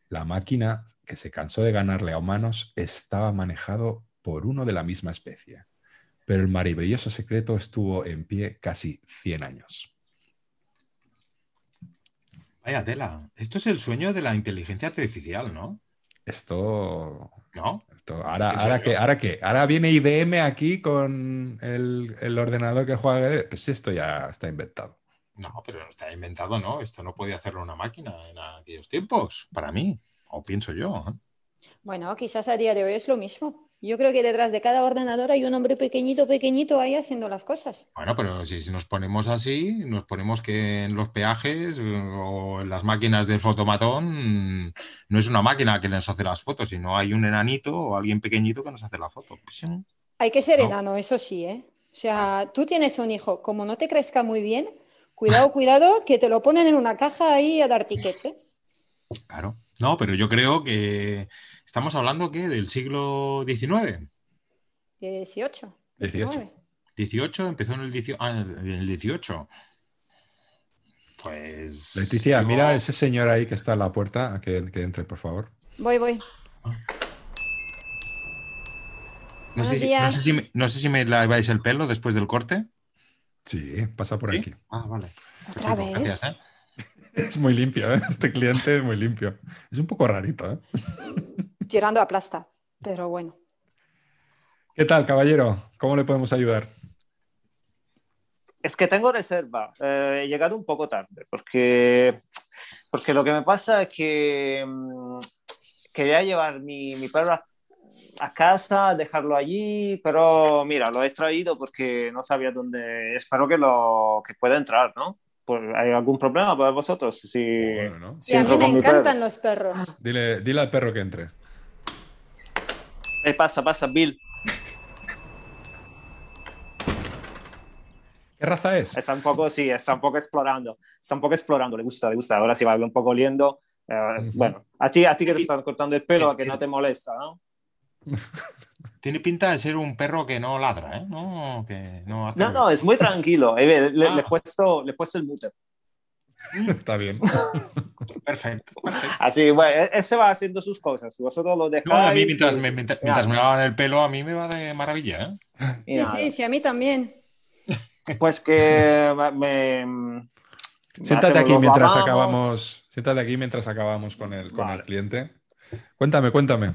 [SPEAKER 1] La máquina, que se cansó de ganarle a humanos, estaba manejado por uno de la misma especie. pero el maravilloso secreto estuvo en pie casi 100 años.
[SPEAKER 4] Vaya tela, esto es el sueño de la inteligencia artificial, ¿no?
[SPEAKER 1] Esto...
[SPEAKER 4] ¿No?
[SPEAKER 1] esto- ahora, ahora que, ahora que, ahora viene IBM aquí con el, el ordenador que juega, pues esto ya está inventado.
[SPEAKER 4] No, pero no está inventado, ¿no? Esto no podía hacerlo una máquina en aquellos tiempos, para mí, o pienso yo. ¿eh?
[SPEAKER 3] Bueno, quizás a día de hoy es lo mismo. Yo creo que detrás de cada ordenador hay un hombre pequeñito, pequeñito ahí haciendo las cosas.
[SPEAKER 4] Bueno, pero si, si nos ponemos así, nos ponemos que en los peajes eh, o en las máquinas del fotomatón mm, no es una máquina que nos hace las fotos, sino hay un enanito o alguien pequeñito que nos hace la foto. Pues sí.
[SPEAKER 3] Hay que ser
[SPEAKER 4] No. Ah.
[SPEAKER 3] enano, eso sí, ¿eh? O sea, tú tienes un hijo, como no te crezca muy bien, cuidado, cuidado, que te lo ponen en una caja ahí a dar tickets, ¿eh?
[SPEAKER 4] Claro. No, pero yo creo que estamos hablando que del siglo XIX.
[SPEAKER 3] 18.
[SPEAKER 1] 18.
[SPEAKER 4] 18 empezó en el 18. ah, en el 18. Pues.
[SPEAKER 1] Leticia,
[SPEAKER 4] yo-
[SPEAKER 1] mira a ese señor ahí que está en la puerta, que, que entre, por favor.
[SPEAKER 3] Voy, voy.
[SPEAKER 4] No
[SPEAKER 3] Buenos
[SPEAKER 4] sé, si, no,
[SPEAKER 3] días.
[SPEAKER 4] sé si me, no sé si me laváis el pelo después del corte.
[SPEAKER 1] Sí, pasa por
[SPEAKER 4] ¿Sí?
[SPEAKER 1] aquí.
[SPEAKER 4] Ah, vale.
[SPEAKER 3] ¿Otra
[SPEAKER 4] Perfecto,
[SPEAKER 3] vez?
[SPEAKER 4] gracias, ¿eh?
[SPEAKER 1] Es muy limpio, ¿eh? este cliente es muy limpio. Es un poco rarito. ¿eh?
[SPEAKER 3] Tirando a plasta, pero bueno.
[SPEAKER 1] ¿Qué tal, caballero? ¿Cómo le podemos ayudar?
[SPEAKER 5] Es que tengo reserva. Eh, he llegado un poco tarde porque, porque lo que me pasa es que mm, quería llevar mi, mi perro a, a casa, dejarlo allí, pero mira, lo he traído porque no sabía dónde. Espero que, lo, que pueda entrar, ¿no? Por- ¿Hay algún problema para vosotros? Sí.
[SPEAKER 1] Bueno, ¿no?
[SPEAKER 5] Eh, Sí,
[SPEAKER 3] y a mí
[SPEAKER 5] entro
[SPEAKER 3] me
[SPEAKER 5] con mi Ah,
[SPEAKER 3] encantan los perros.
[SPEAKER 1] Dile, dile al perro que entre.
[SPEAKER 5] Eh, pasa, pasa, Bill.
[SPEAKER 1] ¿Qué raza es?
[SPEAKER 5] Está un poco, sí, está un poco explorando. Está un poco explorando, le gusta, le gusta. Ahora sí va un poco oliendo. Eh,
[SPEAKER 1] Ujú.
[SPEAKER 5] Bueno, a ti, a ti que te están cortando el pelo, a que no te molesta, ¿no?
[SPEAKER 4] Tiene pinta de ser un perro que no ladra, ¿eh? No, que no hace.
[SPEAKER 5] No, no, es muy tranquilo. Eh, Le, le-
[SPEAKER 4] Ah.
[SPEAKER 5] le he puesto, le he puesto el mute.
[SPEAKER 1] Está bien.
[SPEAKER 4] Perfecto, perfecto.
[SPEAKER 5] Así, bueno, e, ese va haciendo sus cosas. Vosotros lo dejáis.
[SPEAKER 4] No, a mí mientras
[SPEAKER 5] y-
[SPEAKER 4] me, mientras, mientras me lavan el pelo, a mí me va de maravilla, ¿eh?
[SPEAKER 5] y
[SPEAKER 3] Sí,
[SPEAKER 5] nada.
[SPEAKER 3] sí, sí, a mí también.
[SPEAKER 5] Pues que me. me
[SPEAKER 1] Siéntate
[SPEAKER 5] hacemos
[SPEAKER 1] aquí
[SPEAKER 5] los
[SPEAKER 1] mientras
[SPEAKER 5] lavados.
[SPEAKER 1] acabamos. Siéntate aquí mientras acabamos con el, con el
[SPEAKER 5] Vale.
[SPEAKER 1] cliente. Cuéntame, cuéntame.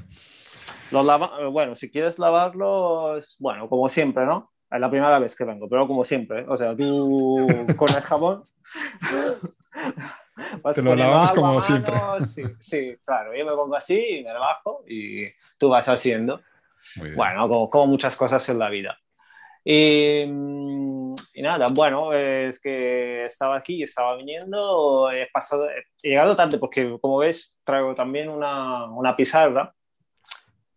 [SPEAKER 5] Los lava- eh, Bueno, si quieres lavarlos, bueno, como siempre, ¿no? Es la primera vez que vengo, pero como siempre. ¿eh? O sea, tú con el jabón. vas
[SPEAKER 1] Te lo
[SPEAKER 5] poniendo
[SPEAKER 1] lavamos
[SPEAKER 5] agua a
[SPEAKER 1] como
[SPEAKER 5] mano, Sí, sí, claro. Yo me pongo así y me relajo y tú vas haciendo.
[SPEAKER 1] Muy bien.
[SPEAKER 5] Bueno, como, como muchas cosas en la vida. Y, mm, y nada, bueno, es que estaba aquí, estaba viniendo, he, pasado, he llegado tarde porque, como ves, traigo también una, una pizarra,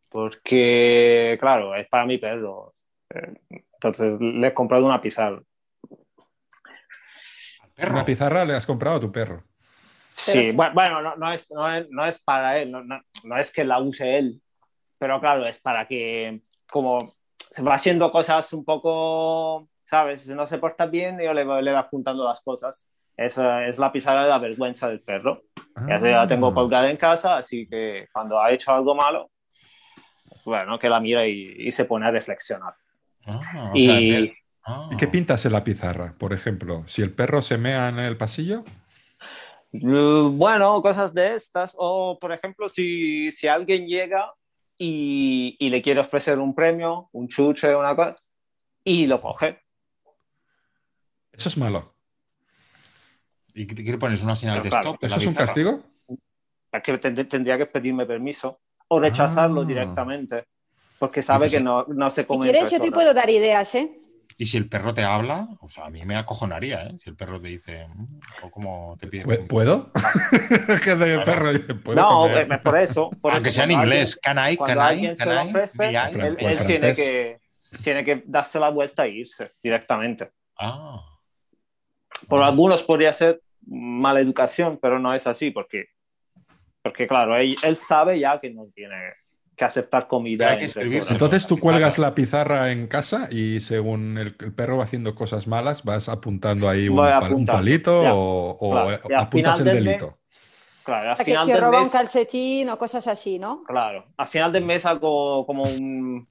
[SPEAKER 5] porque, claro, es para mi perro. Eh, Entonces, le he comprado una pizarra.
[SPEAKER 4] Al perro.
[SPEAKER 1] Una pizarra le has comprado a tu perro.
[SPEAKER 5] Sí,
[SPEAKER 3] Pero-
[SPEAKER 5] bu- bueno, no, no es, no, es, no es para él, no, no- no es que la use él, pero claro, es para que como se va haciendo cosas un poco, ¿sabes? Si no se porta bien, yo le, voy- le voy apuntando las cosas. Esa es la pizarra de la vergüenza del perro. Ya se la
[SPEAKER 1] Ah.
[SPEAKER 5] tengo colgada en casa, así que cuando ha hecho algo malo, bueno, que la mira y, y se pone a reflexionar.
[SPEAKER 4] Ah, o
[SPEAKER 5] y
[SPEAKER 4] sea, el perro. Ah.
[SPEAKER 1] ¿Y qué pintas en la pizarra? Por ejemplo, si el perro se mea en el pasillo,
[SPEAKER 5] Mm, Bueno, cosas de estas. O, por ejemplo, si, si alguien llega y, y le quiere ofrecer un premio, un chuche, una cosa, y lo coge.
[SPEAKER 1] eso es malo.
[SPEAKER 4] ¿Y qué, qué le pones? ¿Una señal
[SPEAKER 5] Pero
[SPEAKER 4] de
[SPEAKER 5] claro,
[SPEAKER 4] stop? en la
[SPEAKER 1] ¿Eso es un
[SPEAKER 4] pizarra?
[SPEAKER 1] castigo?
[SPEAKER 5] Es que ten- tendría que pedirme permiso o rechazarlo
[SPEAKER 1] Ah.
[SPEAKER 5] directamente, porque sabe que no, no se
[SPEAKER 3] Si
[SPEAKER 5] come. en
[SPEAKER 3] quieres, yo
[SPEAKER 5] persona.
[SPEAKER 3] te puedo dar ideas, ¿eh?
[SPEAKER 4] Y si el perro te habla, o sea, a mí me acojonaría, ¿eh? Si el perro te dice, mm, o como te pide.
[SPEAKER 1] ¿Pue- ¿Puedo? Que de
[SPEAKER 4] Claro.
[SPEAKER 1] perro dice, ¿puedo
[SPEAKER 5] No,
[SPEAKER 1] comer?
[SPEAKER 5] eh, por eso. Por
[SPEAKER 4] Aunque
[SPEAKER 5] eso,
[SPEAKER 4] sea en
[SPEAKER 5] cuando
[SPEAKER 4] inglés, can I,
[SPEAKER 5] alguien-
[SPEAKER 4] can
[SPEAKER 5] cuando
[SPEAKER 4] I,
[SPEAKER 5] alguien se lo
[SPEAKER 4] can I,
[SPEAKER 5] ofrece,
[SPEAKER 4] may I?
[SPEAKER 1] Fran-
[SPEAKER 5] él,
[SPEAKER 1] o
[SPEAKER 5] él
[SPEAKER 1] en
[SPEAKER 5] tiene,
[SPEAKER 1] francés.
[SPEAKER 5] que, tiene que darse la vuelta e irse directamente.
[SPEAKER 4] Ah,
[SPEAKER 5] por algunos podría ser mala educación, pero no es así, porque, porque claro, él, él sabe ya que no tiene que aceptar comida.
[SPEAKER 4] Hay que
[SPEAKER 5] entre
[SPEAKER 4] escribirse.
[SPEAKER 5] todos.
[SPEAKER 1] Entonces tú cuelgas la pizarra en casa y según el, el perro va haciendo cosas malas, vas apuntando ahí un,
[SPEAKER 5] Voy
[SPEAKER 1] pal- un
[SPEAKER 5] apuntando,
[SPEAKER 1] palito
[SPEAKER 5] ya,
[SPEAKER 1] o, o
[SPEAKER 5] claro, y al
[SPEAKER 1] apuntas el
[SPEAKER 5] final del
[SPEAKER 1] delito.
[SPEAKER 5] mes- Claro, al
[SPEAKER 3] Para que
[SPEAKER 5] final
[SPEAKER 3] si
[SPEAKER 5] del
[SPEAKER 3] roba un
[SPEAKER 5] mes,
[SPEAKER 3] calcetín o cosas así, ¿no?
[SPEAKER 5] claro, al final del mes hago como un,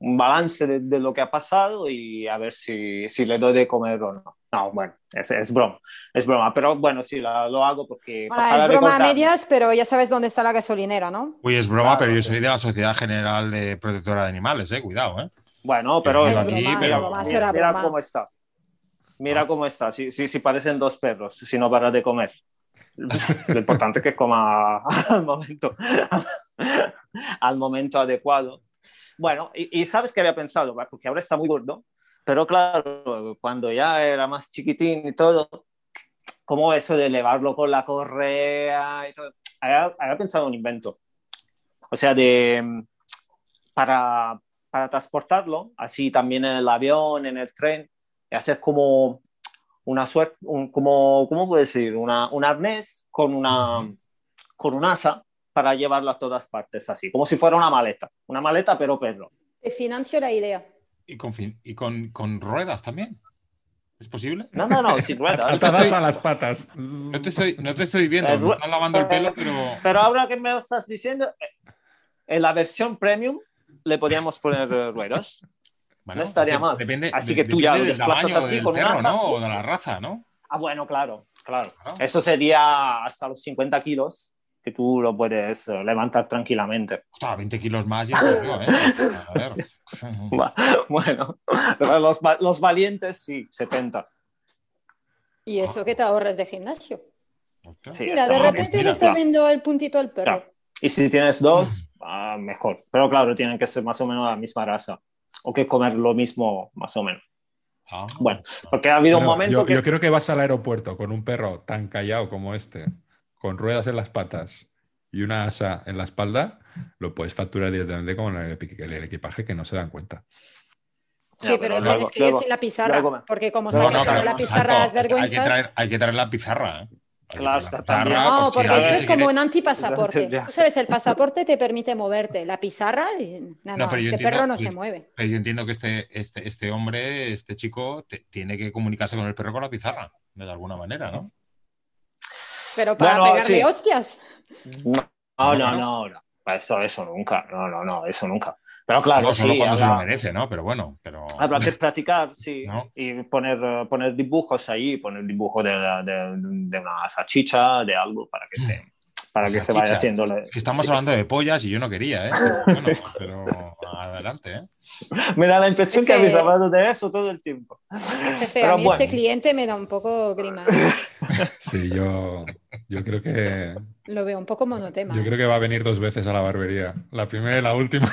[SPEAKER 5] un balance de, de, lo que ha pasado y a ver si, si le doy de comer o no. No, bueno, es, es broma, es broma, pero bueno, sí, la, lo hago porque...
[SPEAKER 3] Ahora, es broma a medias, pero ya sabes dónde está la gasolinera, ¿no?
[SPEAKER 4] Uy, es broma, claro, pero yo sí. soy de la Sociedad General de Protectora de Animales, eh, cuidado, ¿eh?
[SPEAKER 5] Bueno, pero...
[SPEAKER 3] Es broma, es
[SPEAKER 5] mira,
[SPEAKER 3] broma,
[SPEAKER 5] mira,
[SPEAKER 3] será
[SPEAKER 5] mira
[SPEAKER 3] broma. Ah.
[SPEAKER 5] cómo está, mira cómo está, si, si, si parecen dos perros, si no paras de comer. Lo importante es que coma al momento, al momento adecuado. Bueno, y, y, sabes que había pensado, porque ahora está muy gordo, pero claro, cuando ya era más chiquitín y todo, como eso de elevarlo con la correa y todo, había, había pensado un invento. O sea, de, mm, para, para, transportarlo, así también en el avión, en el tren, y hacer como una suerte, un, como, ¿cómo puedo decir? Una, un arnés con una, con un asa para llevarla a todas partes así, como si fuera una maleta, una maleta pero perro.
[SPEAKER 3] Te financio la idea.
[SPEAKER 4] Y con, fin y con, con, ruedas también. ¿Es posible?
[SPEAKER 5] No, no, no, sin ruedas.
[SPEAKER 1] Te das a las patas.
[SPEAKER 4] No te estoy, no te estoy
[SPEAKER 5] Eh,
[SPEAKER 4] viendo, me están lavando el pelo, pero...
[SPEAKER 5] Pero ahora que me lo estás diciendo, eh, en la versión premium le podíamos poner ruedas. Bueno, no estaría mal.
[SPEAKER 4] Depende, de-
[SPEAKER 5] así que tú ya lo
[SPEAKER 4] depende del
[SPEAKER 5] desplazas
[SPEAKER 4] tamaño
[SPEAKER 5] así
[SPEAKER 4] del
[SPEAKER 5] con un
[SPEAKER 4] perro,
[SPEAKER 5] asa.
[SPEAKER 4] ¿no? O de la raza, ¿no?
[SPEAKER 5] Ah, bueno, claro, claro.
[SPEAKER 4] Claro.
[SPEAKER 5] Eso sería hasta los 50 kilos que tú lo puedes eh, levantar tranquilamente.
[SPEAKER 4] Ostras, 20 kilos más ya te digo, ¿eh? A ver.
[SPEAKER 5] Bueno, pero los, va- los valientes sí, 70.
[SPEAKER 3] Y
[SPEAKER 5] Ah.
[SPEAKER 3] eso que te ahorras de gimnasio.
[SPEAKER 4] Ostras.
[SPEAKER 5] Sí,
[SPEAKER 3] Mira,
[SPEAKER 5] está
[SPEAKER 3] de
[SPEAKER 5] muy
[SPEAKER 3] repente este le
[SPEAKER 4] bien, mira,
[SPEAKER 3] está
[SPEAKER 5] claro.
[SPEAKER 3] viendo el puntito al perro.
[SPEAKER 5] Claro. Y si tienes dos, ah, mejor. Pero claro, tienen que ser más o menos la misma raza. O que comer lo mismo, más o menos.
[SPEAKER 4] Ah.
[SPEAKER 5] Bueno, Porque ha habido un
[SPEAKER 1] Bueno,
[SPEAKER 5] momento
[SPEAKER 1] yo,
[SPEAKER 5] que...
[SPEAKER 1] yo creo que vas al aeropuerto con un perro tan callado como este, con ruedas en las patas y una asa en la espalda, lo puedes facturar directamente con el, epi- el equipaje que no se dan cuenta.
[SPEAKER 3] Sí, pero,
[SPEAKER 5] Ya, pero
[SPEAKER 3] tienes
[SPEAKER 5] luego-
[SPEAKER 3] que ir
[SPEAKER 5] luego-
[SPEAKER 3] sin la pizarra,
[SPEAKER 5] luego me-
[SPEAKER 3] porque como
[SPEAKER 5] No,
[SPEAKER 3] saques
[SPEAKER 5] no,
[SPEAKER 3] ahora
[SPEAKER 5] pero-
[SPEAKER 3] la pizarra las
[SPEAKER 4] exacto, Hay que,
[SPEAKER 3] vergüenzas.
[SPEAKER 4] traer, hay que traer la pizarra. ¿eh? Hay que
[SPEAKER 5] Claro,
[SPEAKER 4] traer la
[SPEAKER 5] está también.
[SPEAKER 4] pizarra,
[SPEAKER 3] No, porque
[SPEAKER 4] cuchillas,
[SPEAKER 3] esto es
[SPEAKER 4] si
[SPEAKER 3] como
[SPEAKER 4] quieres.
[SPEAKER 3] un antipasaporte.
[SPEAKER 5] Ya.
[SPEAKER 3] Tú sabes, el pasaporte te permite moverte, la pizarra, eh, no,
[SPEAKER 4] No,
[SPEAKER 3] no,
[SPEAKER 4] pero yo
[SPEAKER 3] este
[SPEAKER 4] entiendo-
[SPEAKER 3] perro no
[SPEAKER 4] yo-
[SPEAKER 3] se mueve.
[SPEAKER 4] Pero yo entiendo que este, este, este hombre, este chico, te- tiene que comunicarse con el perro con la pizarra, de alguna manera, ¿no?
[SPEAKER 3] Pero para
[SPEAKER 5] Bueno,
[SPEAKER 3] pegarle
[SPEAKER 5] sí.
[SPEAKER 3] hostias.
[SPEAKER 5] Ah, No,
[SPEAKER 4] No,
[SPEAKER 5] no, no, no. Eso, eso nunca. No, no, no, eso nunca. Pero
[SPEAKER 4] No,
[SPEAKER 5] claro,
[SPEAKER 4] solo
[SPEAKER 5] sí, Ah,
[SPEAKER 4] cuando se lo
[SPEAKER 5] habrá,
[SPEAKER 4] merece, ¿no? Pero bueno, pero.
[SPEAKER 5] habrá que practicar, sí.
[SPEAKER 4] ¿No?
[SPEAKER 5] Y poner, eh, poner dibujos ahí, poner dibujos de, la- de- de una salchicha, de algo, para que se, para que se
[SPEAKER 4] Mm. Salchicha.
[SPEAKER 5] vaya haciendo. la-
[SPEAKER 4] Que estamos
[SPEAKER 5] sí,
[SPEAKER 4] hablando de pollas y yo no quería, ¿eh? Pero bueno, pero adelante, ¿eh?
[SPEAKER 5] Me da la impresión que
[SPEAKER 3] Ese-
[SPEAKER 5] habéis hablado de eso todo el tiempo.
[SPEAKER 3] Jefe,
[SPEAKER 5] Pero
[SPEAKER 3] a mí
[SPEAKER 5] bueno.
[SPEAKER 3] este cliente me da un poco grima.
[SPEAKER 1] Sí, yo, yo creo que
[SPEAKER 3] Lo veo un poco monotema.
[SPEAKER 1] yo creo que va a venir dos veces a la barbería. La primera y la última.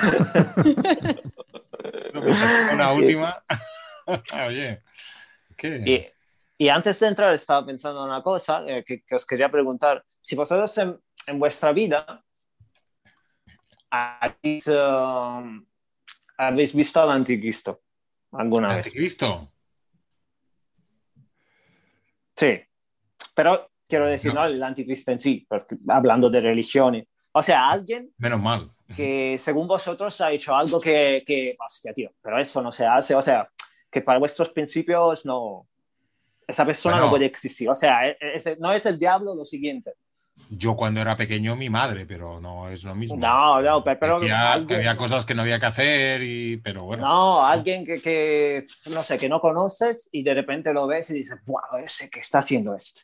[SPEAKER 4] Una última. Oye,
[SPEAKER 5] Y,
[SPEAKER 4] ¿qué?
[SPEAKER 5] y antes de entrar estaba pensando en una cosa eh, que, que os quería preguntar. Si vosotros en, en vuestra vida habéis, eh, habéis visto al anticristo alguna vez.
[SPEAKER 4] Anticristo.
[SPEAKER 5] Sí. Pero quiero decir,
[SPEAKER 4] No.
[SPEAKER 5] no, el anticristo en sí, porque, hablando de religiones. O sea, alguien
[SPEAKER 4] Menos mal.
[SPEAKER 5] que según vosotros ha hecho algo que, que, hostia, tío, pero eso no se hace, o sea, que para vuestros principios no, esa persona
[SPEAKER 4] Bueno.
[SPEAKER 5] no puede existir, o sea, e- e- ese- no es el diablo lo siguiente.
[SPEAKER 4] Yo cuando era pequeño, mi madre, pero no es lo mismo.
[SPEAKER 5] No, no, pero- pero
[SPEAKER 4] Decía que
[SPEAKER 5] alguien-
[SPEAKER 4] había cosas que no había que hacer, y, pero bueno.
[SPEAKER 5] No, alguien que, que, no sé, que no conoces y de repente lo ves y dices, wow, ese que está haciendo esto.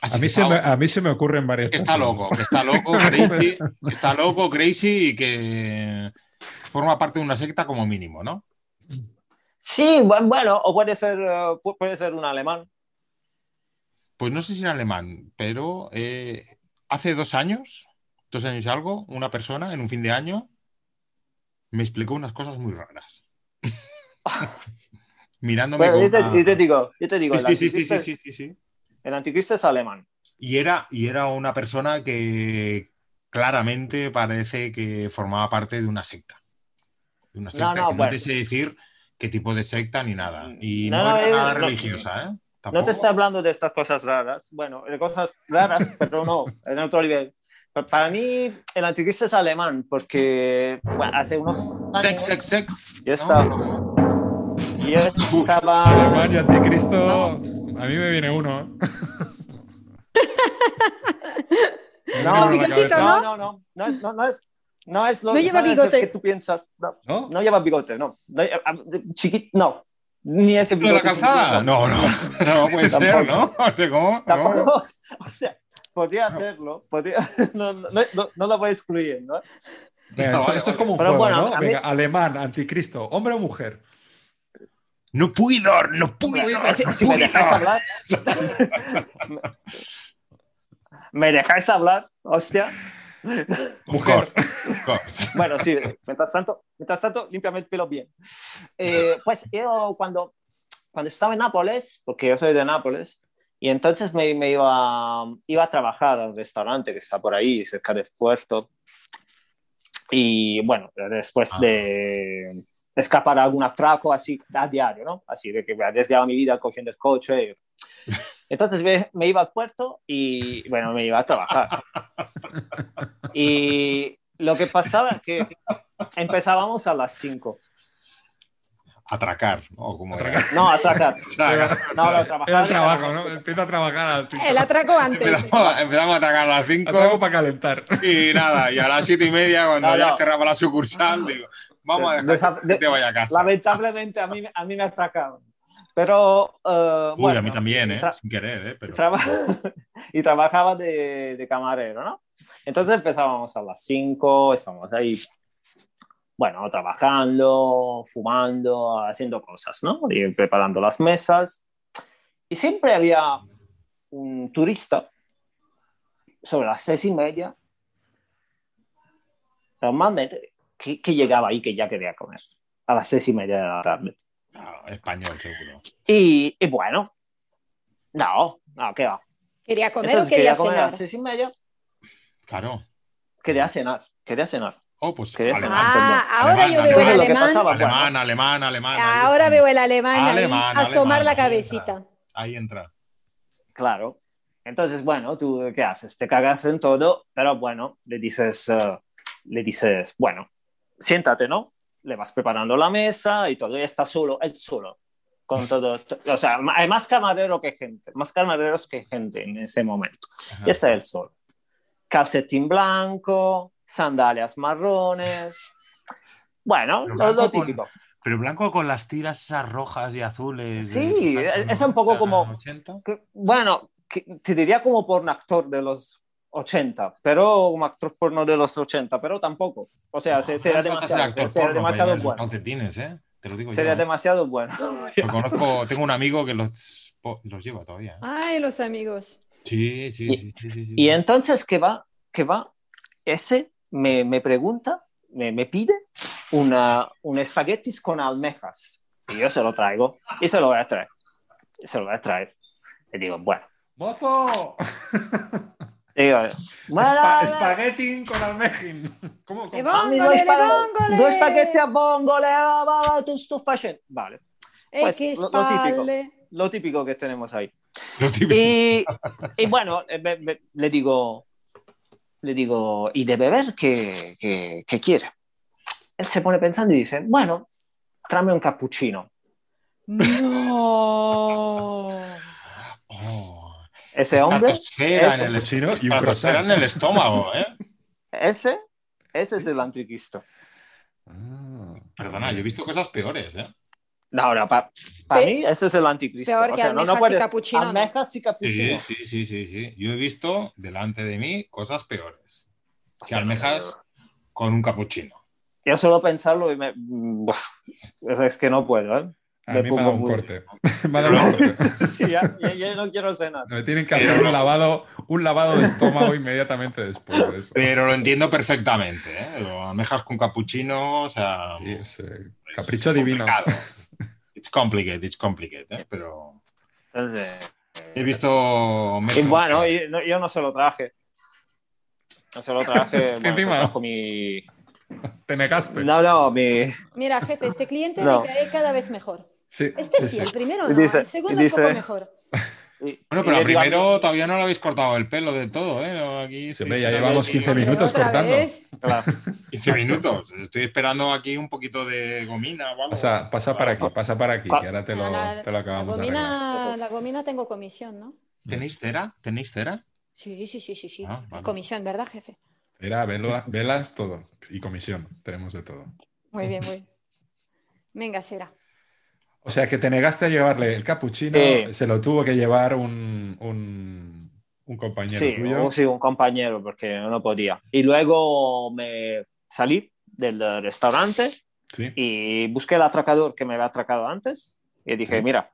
[SPEAKER 4] Así
[SPEAKER 1] A mí
[SPEAKER 4] que
[SPEAKER 1] se
[SPEAKER 4] está-
[SPEAKER 1] me, a mí se me ocurren varias
[SPEAKER 4] que está
[SPEAKER 1] personas.
[SPEAKER 4] loco, que está loco, crazy, que está loco, crazy y que forma parte de una secta como mínimo, ¿no?
[SPEAKER 5] Sí, bu- bueno, o puede ser, eh, pu- puede ser un alemán.
[SPEAKER 4] Pues no sé si en alemán, pero eh, hace dos años, dos años y algo, una persona en un fin de año me explicó unas cosas muy raras. Mirándome
[SPEAKER 5] Bueno,
[SPEAKER 4] con
[SPEAKER 5] yo, te,
[SPEAKER 4] una-
[SPEAKER 5] yo te digo, yo te digo,
[SPEAKER 4] Sí, sí, sí,
[SPEAKER 5] el,
[SPEAKER 4] sí,
[SPEAKER 5] anticristo,
[SPEAKER 4] sí,
[SPEAKER 5] es-
[SPEAKER 4] sí, sí, sí.
[SPEAKER 5] el anticristo es alemán.
[SPEAKER 4] Y era, y era una persona que claramente parece que formaba parte de una secta. De una secta
[SPEAKER 5] no,
[SPEAKER 4] que no
[SPEAKER 5] bueno.
[SPEAKER 4] te sé decir qué tipo de secta ni nada. Y
[SPEAKER 5] No,
[SPEAKER 4] no,
[SPEAKER 5] no,
[SPEAKER 4] era
[SPEAKER 5] eh,
[SPEAKER 4] nada
[SPEAKER 5] no-
[SPEAKER 4] religiosa, ¿eh?
[SPEAKER 5] No
[SPEAKER 4] Tampoco.
[SPEAKER 5] te estoy hablando de estas cosas raras, bueno, de cosas raras, pero no, en otro nivel. Pa- Para mí, el anticristo es alemán, porque bueno, hace unos
[SPEAKER 4] Sex,
[SPEAKER 5] años
[SPEAKER 4] sex, sex.
[SPEAKER 5] Ya
[SPEAKER 4] ¿no?
[SPEAKER 5] está. yo
[SPEAKER 1] Alemán y
[SPEAKER 5] estaba...
[SPEAKER 1] anticristo, a mí me viene uno. ¿eh? Me viene
[SPEAKER 5] No,
[SPEAKER 1] uno a la
[SPEAKER 3] picantito,
[SPEAKER 1] cabeza.
[SPEAKER 5] No, no, no, no es, no, no es, No es lo
[SPEAKER 3] No lleva
[SPEAKER 5] no es el
[SPEAKER 3] bigote.
[SPEAKER 5] que tú piensas. No,
[SPEAKER 1] ¿No?
[SPEAKER 5] no lleva bigote, no. no lleva- chiquito, no. Ni ese
[SPEAKER 4] ¿De
[SPEAKER 5] bigote.
[SPEAKER 4] la calzada?
[SPEAKER 5] chiquitito.
[SPEAKER 4] No, no, no puede ser, ¿no? O sea, ¿cómo? ¿Cómo?
[SPEAKER 5] Tampoco, o sea, podría hacerlo, podría, no, no, no- no lo voy a excluir, ¿no?
[SPEAKER 1] Venga,
[SPEAKER 4] No,
[SPEAKER 1] esto, esto
[SPEAKER 4] vale,
[SPEAKER 1] es
[SPEAKER 4] vale.
[SPEAKER 1] como un
[SPEAKER 5] Pero
[SPEAKER 1] juego,
[SPEAKER 5] bueno,
[SPEAKER 1] ¿no?
[SPEAKER 5] a mí-
[SPEAKER 1] Venga, alemán, anticristo, hombre o mujer.
[SPEAKER 4] No puedo, no puedo.
[SPEAKER 5] Si,
[SPEAKER 4] no
[SPEAKER 5] si me
[SPEAKER 4] puedo.
[SPEAKER 5] dejáis hablar. me, me dejáis hablar, hostia.
[SPEAKER 1] Mujer.
[SPEAKER 4] Of course.
[SPEAKER 5] Bueno, sí, mientras tanto, mientras tanto, límpiame el pelo bien. Eh, pues yo cuando, cuando estaba en Nápoles, porque yo soy de Nápoles, y entonces me, me iba, iba a trabajar al restaurante que está por ahí, cerca del puerto. Y bueno, después
[SPEAKER 4] Ah.
[SPEAKER 5] de escapar a algún atraco así a diario, ¿no? Así de que me arriesgaba mi vida cogiendo el coche. Entonces me, me iba al puerto y bueno, me iba a trabajar. Y lo que pasaba es que empezábamos a las 5.
[SPEAKER 4] Atracar, ¿no? Como era.
[SPEAKER 5] No, a trabajar.
[SPEAKER 4] Atracar.
[SPEAKER 5] No, no, trabajar.
[SPEAKER 1] Era el trabajo, ¿no? Empieza a trabajar a las cinco.
[SPEAKER 3] El atraco antes.
[SPEAKER 4] Empezamos, empezamos a atracar a las
[SPEAKER 1] Atraco
[SPEAKER 4] 5
[SPEAKER 1] para calentar.
[SPEAKER 4] y nada, y a las 7 y media, cuando
[SPEAKER 5] No,
[SPEAKER 4] ya
[SPEAKER 5] no.
[SPEAKER 4] cerraba la sucursal, digo, vamos a dejar
[SPEAKER 5] Desa-
[SPEAKER 4] que te vaya a casa.
[SPEAKER 5] Lamentablemente a mí, a mí me atracaron. Pero eh,
[SPEAKER 4] Uy,
[SPEAKER 5] bueno,
[SPEAKER 4] a mí también, ¿eh?
[SPEAKER 5] tra-
[SPEAKER 4] Sin querer, ¿eh? Pero...
[SPEAKER 5] traba- y trabajaba de, de camarero, ¿no? Entonces empezábamos a las 5, estábamos ahí, bueno, trabajando, fumando, haciendo cosas, ¿no? Y preparando las mesas. Y siempre había un turista sobre las seis y media, normalmente, que, que llegaba ahí, que ya quería comer, a las seis y media de la tarde.
[SPEAKER 4] Ah, español, seguro.
[SPEAKER 5] Y, y bueno, no, no, qué va.
[SPEAKER 3] ¿Quería comer o
[SPEAKER 5] Entonces,
[SPEAKER 3] quería
[SPEAKER 5] comer a
[SPEAKER 3] cenar?
[SPEAKER 5] las seis y media,
[SPEAKER 4] Claro.
[SPEAKER 5] quería cenar, quería cenar.
[SPEAKER 4] Oh, pues
[SPEAKER 5] ¿Qué es?
[SPEAKER 4] alemán.
[SPEAKER 3] Ah,
[SPEAKER 4] Alemán,
[SPEAKER 3] ahora yo
[SPEAKER 4] alemán.
[SPEAKER 3] veo el
[SPEAKER 4] Eso es lo que
[SPEAKER 3] alemán.
[SPEAKER 5] pasaba.
[SPEAKER 4] Alemán, alemán, alemán. ahí
[SPEAKER 3] Ahora
[SPEAKER 4] está.
[SPEAKER 3] veo el alemán ahí
[SPEAKER 4] Alemán,
[SPEAKER 3] asomar
[SPEAKER 4] alemán,
[SPEAKER 3] la
[SPEAKER 4] ahí
[SPEAKER 3] cabecita.
[SPEAKER 4] Ahí entra.
[SPEAKER 5] Claro. Entonces, bueno, tú qué haces? Te cagas en todo, pero bueno, le dices, eh, le dices, bueno, siéntate, ¿no? Le vas preparando la mesa y todo, y está solo, él solo, con todo, t- o sea, ma- hay más camarero que gente, más camareros que gente en ese momento.
[SPEAKER 4] Ajá.
[SPEAKER 5] Y está él solo. Calcetín blanco, sandalias marrones, bueno,
[SPEAKER 4] Pero
[SPEAKER 5] lo, lo
[SPEAKER 4] blanco con-
[SPEAKER 5] típico.
[SPEAKER 4] Pero blanco con las tiras esas rojas y azules.
[SPEAKER 5] Sí,
[SPEAKER 4] de-
[SPEAKER 5] es- es un poco como-
[SPEAKER 4] 80.
[SPEAKER 5] Que- Bueno, que- te diría como por un actor de los 80, pero un actor porno de los 80, pero tampoco. O sea, se-
[SPEAKER 4] No
[SPEAKER 5] sería
[SPEAKER 4] hace falta ser
[SPEAKER 5] demasiado,
[SPEAKER 4] actor
[SPEAKER 5] se- sería
[SPEAKER 4] porno para
[SPEAKER 5] demasiado
[SPEAKER 4] llevar los
[SPEAKER 5] bueno.
[SPEAKER 4] calcetines, ¿eh? Te lo digo
[SPEAKER 5] Sería
[SPEAKER 4] yo. ¿eh?
[SPEAKER 5] demasiado bueno.
[SPEAKER 4] Lo conozco, tengo un amigo que los, po- los lleva todavía. ¿eh?
[SPEAKER 3] Ay, los amigos.
[SPEAKER 4] Sí, sí,
[SPEAKER 5] Y-
[SPEAKER 4] sí, sí, sí, sí.
[SPEAKER 5] Y entonces, ¿qué va? ¿Qué va? Ese me, me pregunta, me, me pide una, un espaguetis con almejas. Y yo se lo traigo. Y se lo voy a traer. Y se lo voy a traer. Y digo, bueno.
[SPEAKER 1] ¡Mozo!
[SPEAKER 5] Digo,
[SPEAKER 1] Espa-
[SPEAKER 5] bueno,
[SPEAKER 1] espaguetín con almejín. ¿Cómo? cómo?
[SPEAKER 3] ¡E
[SPEAKER 5] Ah, mi
[SPEAKER 3] vongole,
[SPEAKER 5] due
[SPEAKER 3] le
[SPEAKER 5] spag-
[SPEAKER 3] vongole!
[SPEAKER 5] due spaghetti a vongole, ah, va, va, tú estás facendo. Vale,
[SPEAKER 3] ¡Eh,
[SPEAKER 5] pues,
[SPEAKER 3] qué
[SPEAKER 5] lo- lo típico.
[SPEAKER 3] espalda!
[SPEAKER 5] lo típico que tenemos ahí.
[SPEAKER 4] Lo típico.
[SPEAKER 5] Y, y bueno, eh, me- me- le digo, le digo, ¿y de beber qué, qué- qué quiere? Él se pone pensando y dice, bueno, tráeme un cappuccino.
[SPEAKER 3] ¡No!
[SPEAKER 4] Oh,
[SPEAKER 5] Ese hombre,
[SPEAKER 4] estratosfera
[SPEAKER 5] es
[SPEAKER 4] en el
[SPEAKER 1] Un chino y un
[SPEAKER 4] estratosfera
[SPEAKER 1] croissant.
[SPEAKER 4] en el estómago, ¿eh?
[SPEAKER 5] ese, ese es el anticristo.
[SPEAKER 1] Ah.
[SPEAKER 4] Perdona, yo he visto cosas peores, ¿eh?
[SPEAKER 5] No, ahora, para
[SPEAKER 3] Pe-
[SPEAKER 5] mí, ese es el anticristo.
[SPEAKER 3] peor
[SPEAKER 5] O
[SPEAKER 3] que
[SPEAKER 5] sea, no, no
[SPEAKER 3] almejas y
[SPEAKER 5] puedes-
[SPEAKER 3] cappuccino, ¿no?
[SPEAKER 5] Almejas y
[SPEAKER 4] Sí,
[SPEAKER 5] cappuccino.
[SPEAKER 4] sí, sí, sí, sí. Yo he visto delante de mí cosas peores
[SPEAKER 5] O
[SPEAKER 4] que
[SPEAKER 5] sea,
[SPEAKER 4] almejas con un capuchino.
[SPEAKER 5] Yo solo pensarlo y me... Uf, es que no puedo, ¿eh?
[SPEAKER 1] A mí
[SPEAKER 5] Me
[SPEAKER 1] me
[SPEAKER 5] pongo
[SPEAKER 1] ha dado un
[SPEAKER 5] muy-
[SPEAKER 1] corte. Me ha dado un corte.
[SPEAKER 5] sí, ya, ya- ya no quiero cenar.
[SPEAKER 1] Me tienen que hacer un lavado, un lavado de estómago inmediatamente después de eso.
[SPEAKER 4] Pero lo entiendo perfectamente, ¿eh? Lo Almejas con capuchino, o sea...
[SPEAKER 1] Sí, es, eh,
[SPEAKER 4] es
[SPEAKER 1] capricho divino.
[SPEAKER 4] complicado. It's complicated, it's complicated, ¿eh? Pero
[SPEAKER 5] Entonces,
[SPEAKER 4] he visto...
[SPEAKER 5] y bueno, y no- yo no se lo traje. No se lo traje. bueno,
[SPEAKER 1] Encima. Pues-
[SPEAKER 5] se trajo mi...
[SPEAKER 1] Te negaste.
[SPEAKER 5] No, no, mi...
[SPEAKER 3] Mira, jefe, este cliente
[SPEAKER 5] No.
[SPEAKER 3] me cae cada vez mejor.
[SPEAKER 1] Sí,
[SPEAKER 3] Este
[SPEAKER 1] sí,
[SPEAKER 3] sí,
[SPEAKER 1] sí.
[SPEAKER 3] el primero no,
[SPEAKER 5] Dice-
[SPEAKER 3] el segundo
[SPEAKER 5] dice-
[SPEAKER 3] un poco mejor.
[SPEAKER 4] Bueno, pero al primero todavía no le habéis cortado el pelo del todo, ¿eh? Aquí
[SPEAKER 1] Sí,
[SPEAKER 4] estoy
[SPEAKER 1] hombre, ya
[SPEAKER 4] esperando
[SPEAKER 1] llevamos
[SPEAKER 4] aquí
[SPEAKER 1] 15 minutos
[SPEAKER 3] Otra
[SPEAKER 1] cortando.
[SPEAKER 3] vez.
[SPEAKER 4] 15 minutos. Estoy esperando aquí un poquito de gomina o algo.
[SPEAKER 1] Pasa, pasa para aquí, pasa para aquí,
[SPEAKER 5] Ah.
[SPEAKER 1] que ahora te lo,
[SPEAKER 3] La-
[SPEAKER 1] te lo
[SPEAKER 3] La
[SPEAKER 1] acabamos de arreglar.
[SPEAKER 3] gomina, la gomina tengo comisión, ¿no?
[SPEAKER 4] ¿Tenéis cera? ¿Tenéis cera?
[SPEAKER 3] Sí, sí, sí, sí, sí.
[SPEAKER 4] Ah, vale.
[SPEAKER 3] Comisión, ¿verdad, jefe?
[SPEAKER 1] Era vela- velas, todo. Y comisión, tenemos de todo.
[SPEAKER 3] Muy bien, muy bien. Venga, será.
[SPEAKER 1] O sea que te negaste a llevarle el capuchino,
[SPEAKER 5] Sí.
[SPEAKER 1] se lo tuvo que llevar un, un- un compañero
[SPEAKER 5] Sí,
[SPEAKER 1] tuyo.
[SPEAKER 5] un, sí, un compañero, porque no podía. Y luego me salí del restaurante
[SPEAKER 1] Sí.
[SPEAKER 5] y busqué el atracador que me había atracado antes y dije,
[SPEAKER 1] Sí.
[SPEAKER 5] mira,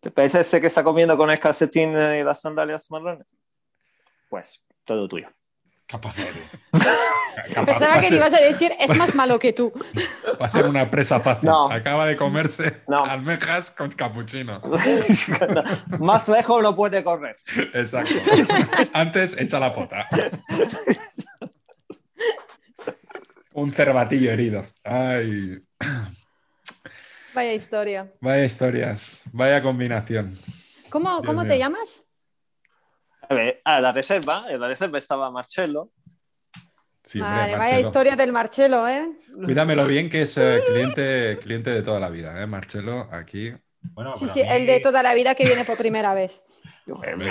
[SPEAKER 5] ¿te parece este que está comiendo con el calcetín y las sandalias marrones? Pues todo tuyo.
[SPEAKER 4] Capaz de.
[SPEAKER 3] Pensaba
[SPEAKER 1] Pase-
[SPEAKER 3] que te ibas a decir, es más malo que tú.
[SPEAKER 1] Va a ser una presa fácil.
[SPEAKER 5] No.
[SPEAKER 1] Acaba de comerse
[SPEAKER 5] No.
[SPEAKER 1] almejas con capuchino.
[SPEAKER 5] Más lejos no puede correr.
[SPEAKER 1] Exacto. Antes echa la pota. Un cervatillo herido. Ay,
[SPEAKER 3] Vaya historia.
[SPEAKER 1] vaya historias, vaya combinación.
[SPEAKER 3] ¿Cómo,
[SPEAKER 1] Dios
[SPEAKER 3] cómo
[SPEAKER 1] mío.
[SPEAKER 3] te llamas?
[SPEAKER 5] A ver, a la reserva, en la reserva estaba Marcelo.
[SPEAKER 1] Sí, hombre,
[SPEAKER 3] Vale, vaya
[SPEAKER 1] Marcelo.
[SPEAKER 3] historia del Marcelo, ¿eh?
[SPEAKER 1] Cuídamelo bien, que es eh, cliente, cliente de toda la vida, ¿eh? Marcelo, aquí.
[SPEAKER 4] Bueno,
[SPEAKER 3] Sí,
[SPEAKER 4] pero a
[SPEAKER 3] sí,
[SPEAKER 4] mí-
[SPEAKER 3] el de toda la vida que viene por primera vez.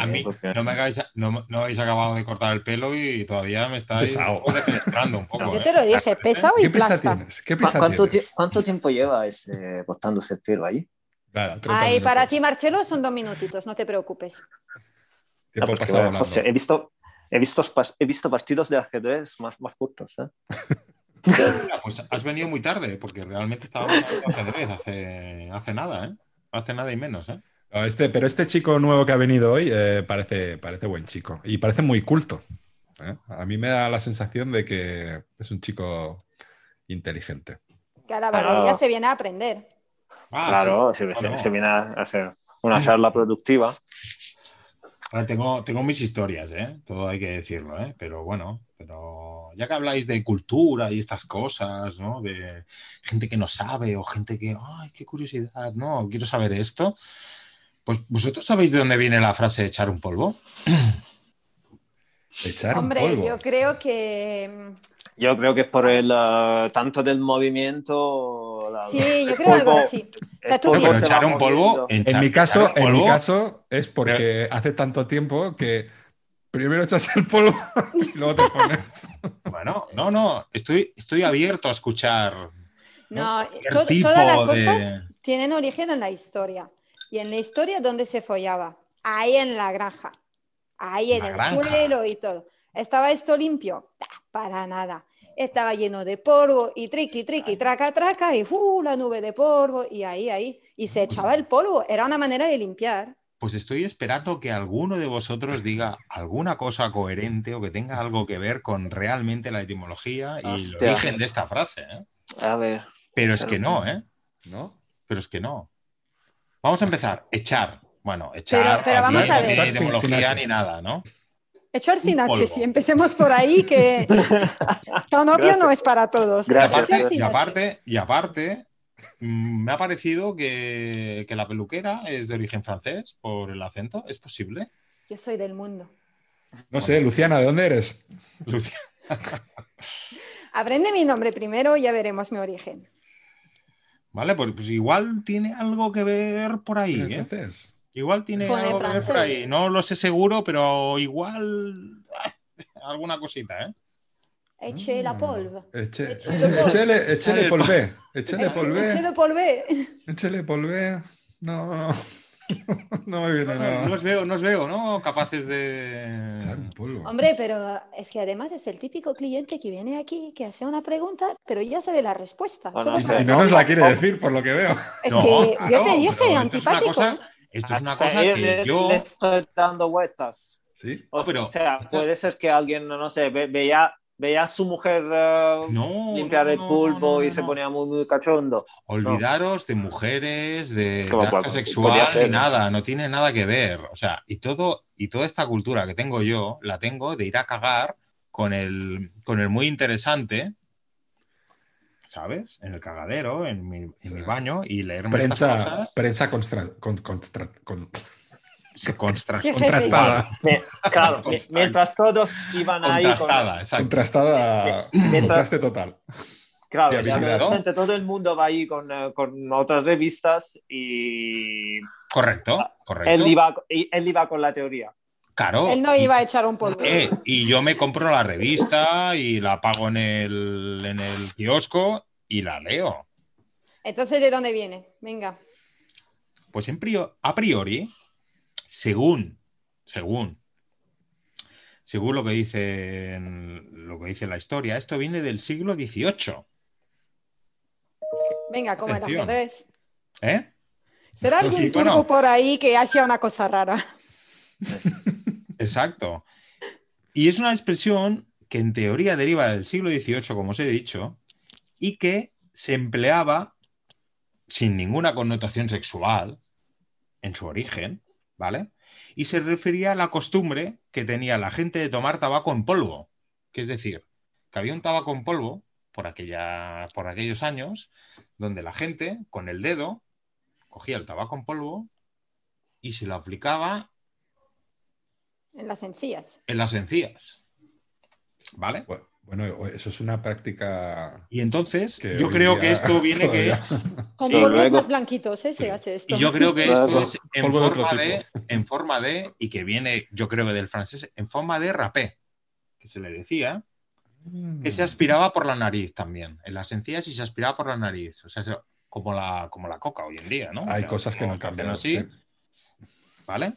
[SPEAKER 4] A mí no me habéis, no, no habéis acabado de cortar el pelo y todavía me estáis
[SPEAKER 1] Pesado.
[SPEAKER 4] despenetrando un poco.
[SPEAKER 3] Yo
[SPEAKER 4] ¿eh?
[SPEAKER 3] te lo dije, pesado y
[SPEAKER 1] ¿Qué prisa
[SPEAKER 3] plasta.
[SPEAKER 1] tienes? ¿Qué
[SPEAKER 5] ¿Cu-
[SPEAKER 1] prisa
[SPEAKER 5] ¿Cuánto,
[SPEAKER 1] tienes?
[SPEAKER 5] tie- cuánto tiempo lleva ese, cortándose el pelo ahí?
[SPEAKER 1] Nada, 30
[SPEAKER 3] Ay,
[SPEAKER 1] minutos.
[SPEAKER 3] para ti, Marcelo, son dos minutitos, no te preocupes.
[SPEAKER 1] Tiempo
[SPEAKER 4] pues
[SPEAKER 5] Ah, porque,
[SPEAKER 1] pasado
[SPEAKER 5] bueno,
[SPEAKER 1] hablando.
[SPEAKER 5] hostia, he, visto, he, visto, pas- he visto partidos de ajedrez más, más cortos. ¿eh?
[SPEAKER 4] Mira, Pues has venido muy tarde, porque realmente estábamos hablando de ajedrez hace, hace nada, ¿eh? Hace nada y menos, ¿eh?
[SPEAKER 1] No, este, pero este chico nuevo que ha venido hoy eh, parece, parece buen chico y parece muy culto. ¿eh? A mí me da la sensación de que es un chico inteligente.
[SPEAKER 3] Que a la
[SPEAKER 5] Claro.
[SPEAKER 3] barbería se viene a aprender.
[SPEAKER 4] Ah,
[SPEAKER 5] claro, se,
[SPEAKER 4] Ah,
[SPEAKER 5] se-
[SPEAKER 4] no.
[SPEAKER 5] se viene a hacer una charla productiva.
[SPEAKER 4] sí. Ahora tengo, tengo mis historias, ¿eh? Todo hay que decirlo, ¿eh? Pero bueno, pero ya que habláis de cultura y estas cosas, ¿no? De gente que no sabe o gente que, ay, qué curiosidad, ¿no? Quiero saber esto. Pues vosotros sabéis de dónde viene la frase de echar un polvo.
[SPEAKER 1] Echar
[SPEAKER 3] Hombre,
[SPEAKER 1] un polvo.
[SPEAKER 3] yo creo que. mm,
[SPEAKER 5] Yo creo que es por el eh, tanto del movimiento. la-
[SPEAKER 3] Sí, yo
[SPEAKER 5] el
[SPEAKER 3] creo algo
[SPEAKER 5] polvo-
[SPEAKER 3] así. O sea,
[SPEAKER 5] el
[SPEAKER 3] tú
[SPEAKER 4] Pero
[SPEAKER 5] polvo
[SPEAKER 3] piensas.
[SPEAKER 5] se va
[SPEAKER 4] echar un polvo.
[SPEAKER 5] moviendo.
[SPEAKER 1] En mi caso,
[SPEAKER 4] echar un
[SPEAKER 1] en mi
[SPEAKER 4] polvo-
[SPEAKER 1] caso es porque hace tanto tiempo que primero echas el polvo y luego te pones.
[SPEAKER 4] Bueno, no, no, estoy, estoy abierto a escuchar
[SPEAKER 3] No,
[SPEAKER 4] cualquier
[SPEAKER 3] to-
[SPEAKER 4] tipo
[SPEAKER 3] todas las
[SPEAKER 4] de-
[SPEAKER 3] cosas tienen origen en la historia. Y en la historia, ¿dónde se follaba? Ahí en la granja. Ahí en
[SPEAKER 4] La
[SPEAKER 3] el
[SPEAKER 4] granja.
[SPEAKER 3] suelo y todo. ¿Estaba esto limpio? Ta, Para nada. Estaba lleno de polvo y triqui, triqui, traca, traca y ¡uh! la nube de polvo y ahí, ahí. Y se echaba el polvo. Era una manera de limpiar.
[SPEAKER 4] Pues estoy esperando que alguno de vosotros diga alguna cosa coherente o que tenga algo que ver con realmente la etimología y
[SPEAKER 5] Hostia.
[SPEAKER 4] el origen de esta frase. ¿eh?
[SPEAKER 5] A ver,
[SPEAKER 4] Pero es que no, ¿eh?
[SPEAKER 1] ¿No?
[SPEAKER 4] Pero es que no. Vamos a empezar. Echar. Bueno,
[SPEAKER 3] Pero-
[SPEAKER 4] echar.
[SPEAKER 3] pero
[SPEAKER 4] aquí
[SPEAKER 3] vamos a ver.
[SPEAKER 4] no tiene
[SPEAKER 1] Sin- sin
[SPEAKER 4] etimología
[SPEAKER 1] H.
[SPEAKER 4] ni nada, ¿no?
[SPEAKER 3] Echar sin
[SPEAKER 4] Un
[SPEAKER 3] H,
[SPEAKER 4] polvo.
[SPEAKER 3] si empecemos por ahí, que tan obvio
[SPEAKER 5] Gracias.
[SPEAKER 3] no es para todos.
[SPEAKER 4] Y
[SPEAKER 5] Gracias.
[SPEAKER 4] aparte,
[SPEAKER 3] Echar sin
[SPEAKER 4] y
[SPEAKER 3] H.
[SPEAKER 4] aparte, y aparte, mm, me ha parecido que, que la peluquera es de origen francés por el acento. ¿Es posible?
[SPEAKER 3] Yo soy del mundo.
[SPEAKER 1] No sé, Luciana, ¿de dónde eres?
[SPEAKER 4] Lucía.
[SPEAKER 3] Aprende mi nombre primero y ya veremos mi origen.
[SPEAKER 4] Vale, pues, pues igual tiene algo que ver por ahí,
[SPEAKER 1] ¿Eres
[SPEAKER 4] ¿eh?
[SPEAKER 1] francés?
[SPEAKER 4] Igual tiene
[SPEAKER 3] Con el
[SPEAKER 4] algo que ver por
[SPEAKER 3] francés.
[SPEAKER 4] ahí. No lo sé seguro, pero igual alguna cosita, ¿eh?
[SPEAKER 3] Eché la
[SPEAKER 4] Mm.
[SPEAKER 1] Ah,
[SPEAKER 3] polva.
[SPEAKER 1] Eche-
[SPEAKER 3] Eche la polva.
[SPEAKER 1] Echele echele
[SPEAKER 4] Ay, pa-
[SPEAKER 1] polvé. Echele polvé.
[SPEAKER 3] Eché la polvé.
[SPEAKER 1] Échale polvé. No, no. No me viene
[SPEAKER 4] No,
[SPEAKER 1] nada.
[SPEAKER 4] os veo, no os veo, ¿no? Capaces de.
[SPEAKER 1] Echar un polvo.
[SPEAKER 3] Hombre, pero es que además es el típico cliente que viene aquí, que hace una pregunta, pero ya sabe la respuesta.
[SPEAKER 5] Bueno,
[SPEAKER 3] Solo
[SPEAKER 5] o sea,
[SPEAKER 3] para-
[SPEAKER 1] Y no nos la quiere decir, por lo que veo.
[SPEAKER 3] Es
[SPEAKER 4] No,
[SPEAKER 3] que yo
[SPEAKER 4] claro,
[SPEAKER 3] te
[SPEAKER 4] pero esto
[SPEAKER 3] dije
[SPEAKER 4] es una
[SPEAKER 3] antipático.
[SPEAKER 4] cosa- Esto es una
[SPEAKER 5] hasta
[SPEAKER 4] cosa
[SPEAKER 5] ahí
[SPEAKER 4] que
[SPEAKER 5] le-
[SPEAKER 4] yo.
[SPEAKER 5] le estoy dando vueltas.
[SPEAKER 1] Sí.
[SPEAKER 5] Oh, O
[SPEAKER 4] Ah, pero-
[SPEAKER 5] sea, puede ser que alguien, no sé, ve- veía, veía a su mujer eh,
[SPEAKER 4] No.
[SPEAKER 5] limpiar
[SPEAKER 4] no,
[SPEAKER 5] el
[SPEAKER 4] no,
[SPEAKER 5] pulpo
[SPEAKER 4] no, no,
[SPEAKER 5] y se
[SPEAKER 4] no.
[SPEAKER 5] ponía muy, muy cachondo.
[SPEAKER 4] Olvidaros de mujeres, de,
[SPEAKER 5] Como
[SPEAKER 4] de acto
[SPEAKER 5] cual- podía
[SPEAKER 4] sexual,
[SPEAKER 5] ser,
[SPEAKER 4] ni
[SPEAKER 5] ¿no?
[SPEAKER 4] nada, no tiene nada que ver. O sea, y todo, y toda esta cultura que tengo yo, la tengo de ir a cagar con el, con el muy interesante, ¿sabes? En el cagadero, en mi, en
[SPEAKER 1] Sí.
[SPEAKER 4] mi baño, y leerme estas
[SPEAKER 1] Prensa,
[SPEAKER 4] cosas
[SPEAKER 1] prensa constra- con- constra- con-
[SPEAKER 4] que constra-
[SPEAKER 3] Sí,
[SPEAKER 1] contrastada.
[SPEAKER 5] Me- claro, mi- mientras todos iban ahí con...
[SPEAKER 4] contrastada, exacto.
[SPEAKER 1] Contrastada.
[SPEAKER 5] Mientras-
[SPEAKER 1] Contraste total.
[SPEAKER 5] Claro,
[SPEAKER 1] Qué
[SPEAKER 5] ya de
[SPEAKER 1] habilidad, ¿no?
[SPEAKER 5] repente todo el mundo va ahí con, eh, con otras revistas y
[SPEAKER 4] Correcto,
[SPEAKER 5] él
[SPEAKER 4] correcto.
[SPEAKER 5] iba, y él iba con la teoría.
[SPEAKER 4] Claro.
[SPEAKER 3] Él no
[SPEAKER 4] y-
[SPEAKER 3] iba a echar un polvo.
[SPEAKER 4] eh, y yo me compro la revista y la pago en el, en el kiosco y la leo.
[SPEAKER 3] Entonces, ¿de dónde viene? Venga.
[SPEAKER 4] Pues en prio- a priori, según, según, según lo que dicen, lo que dice la historia, esto viene del siglo XVIII,
[SPEAKER 3] Venga, como el
[SPEAKER 4] Atención.
[SPEAKER 3] ajedrez.
[SPEAKER 4] ¿eh?
[SPEAKER 3] ¿Será
[SPEAKER 1] Pues
[SPEAKER 3] algún
[SPEAKER 4] sí,
[SPEAKER 3] turco
[SPEAKER 4] bueno.
[SPEAKER 3] por ahí que hacía una cosa rara?
[SPEAKER 4] Exacto. Y es una expresión que en teoría deriva del siglo XVIII, como os he dicho, y que se empleaba sin ninguna connotación sexual en su origen, ¿vale? Y se refería a la costumbre que tenía la gente de tomar tabaco en polvo, que es decir, que había un tabaco en polvo por, aquella, por aquellos años donde la gente con el dedo cogía el tabaco en polvo y se lo aplicaba
[SPEAKER 3] En las encías.
[SPEAKER 4] en las encías. ¿Vale?
[SPEAKER 1] Bu- Bueno, eso es una práctica
[SPEAKER 4] Y entonces,
[SPEAKER 1] que
[SPEAKER 4] yo
[SPEAKER 1] hoy
[SPEAKER 4] creo
[SPEAKER 1] día
[SPEAKER 4] que esto viene que
[SPEAKER 1] todavía-
[SPEAKER 4] es,
[SPEAKER 3] Con
[SPEAKER 4] Sí,
[SPEAKER 3] polvos
[SPEAKER 5] luego-
[SPEAKER 3] más blanquitos, ¿eh? Se hace esto.
[SPEAKER 4] y yo creo que esto
[SPEAKER 5] Claro.
[SPEAKER 4] es en
[SPEAKER 1] Polvo de otro
[SPEAKER 4] forma de, en forma de, y que viene, yo creo que del francés, en forma de rapé, que se le decía, que
[SPEAKER 1] Mm.
[SPEAKER 4] se aspiraba por la nariz también, en las encías y se aspiraba por la nariz, o sea, se- como la, como la coca hoy en día, ¿no? O
[SPEAKER 1] Hay
[SPEAKER 4] sea,
[SPEAKER 1] cosas que
[SPEAKER 4] como
[SPEAKER 1] no
[SPEAKER 4] que hacen
[SPEAKER 1] cambian.
[SPEAKER 4] así,
[SPEAKER 1] sí.
[SPEAKER 4] ¿vale?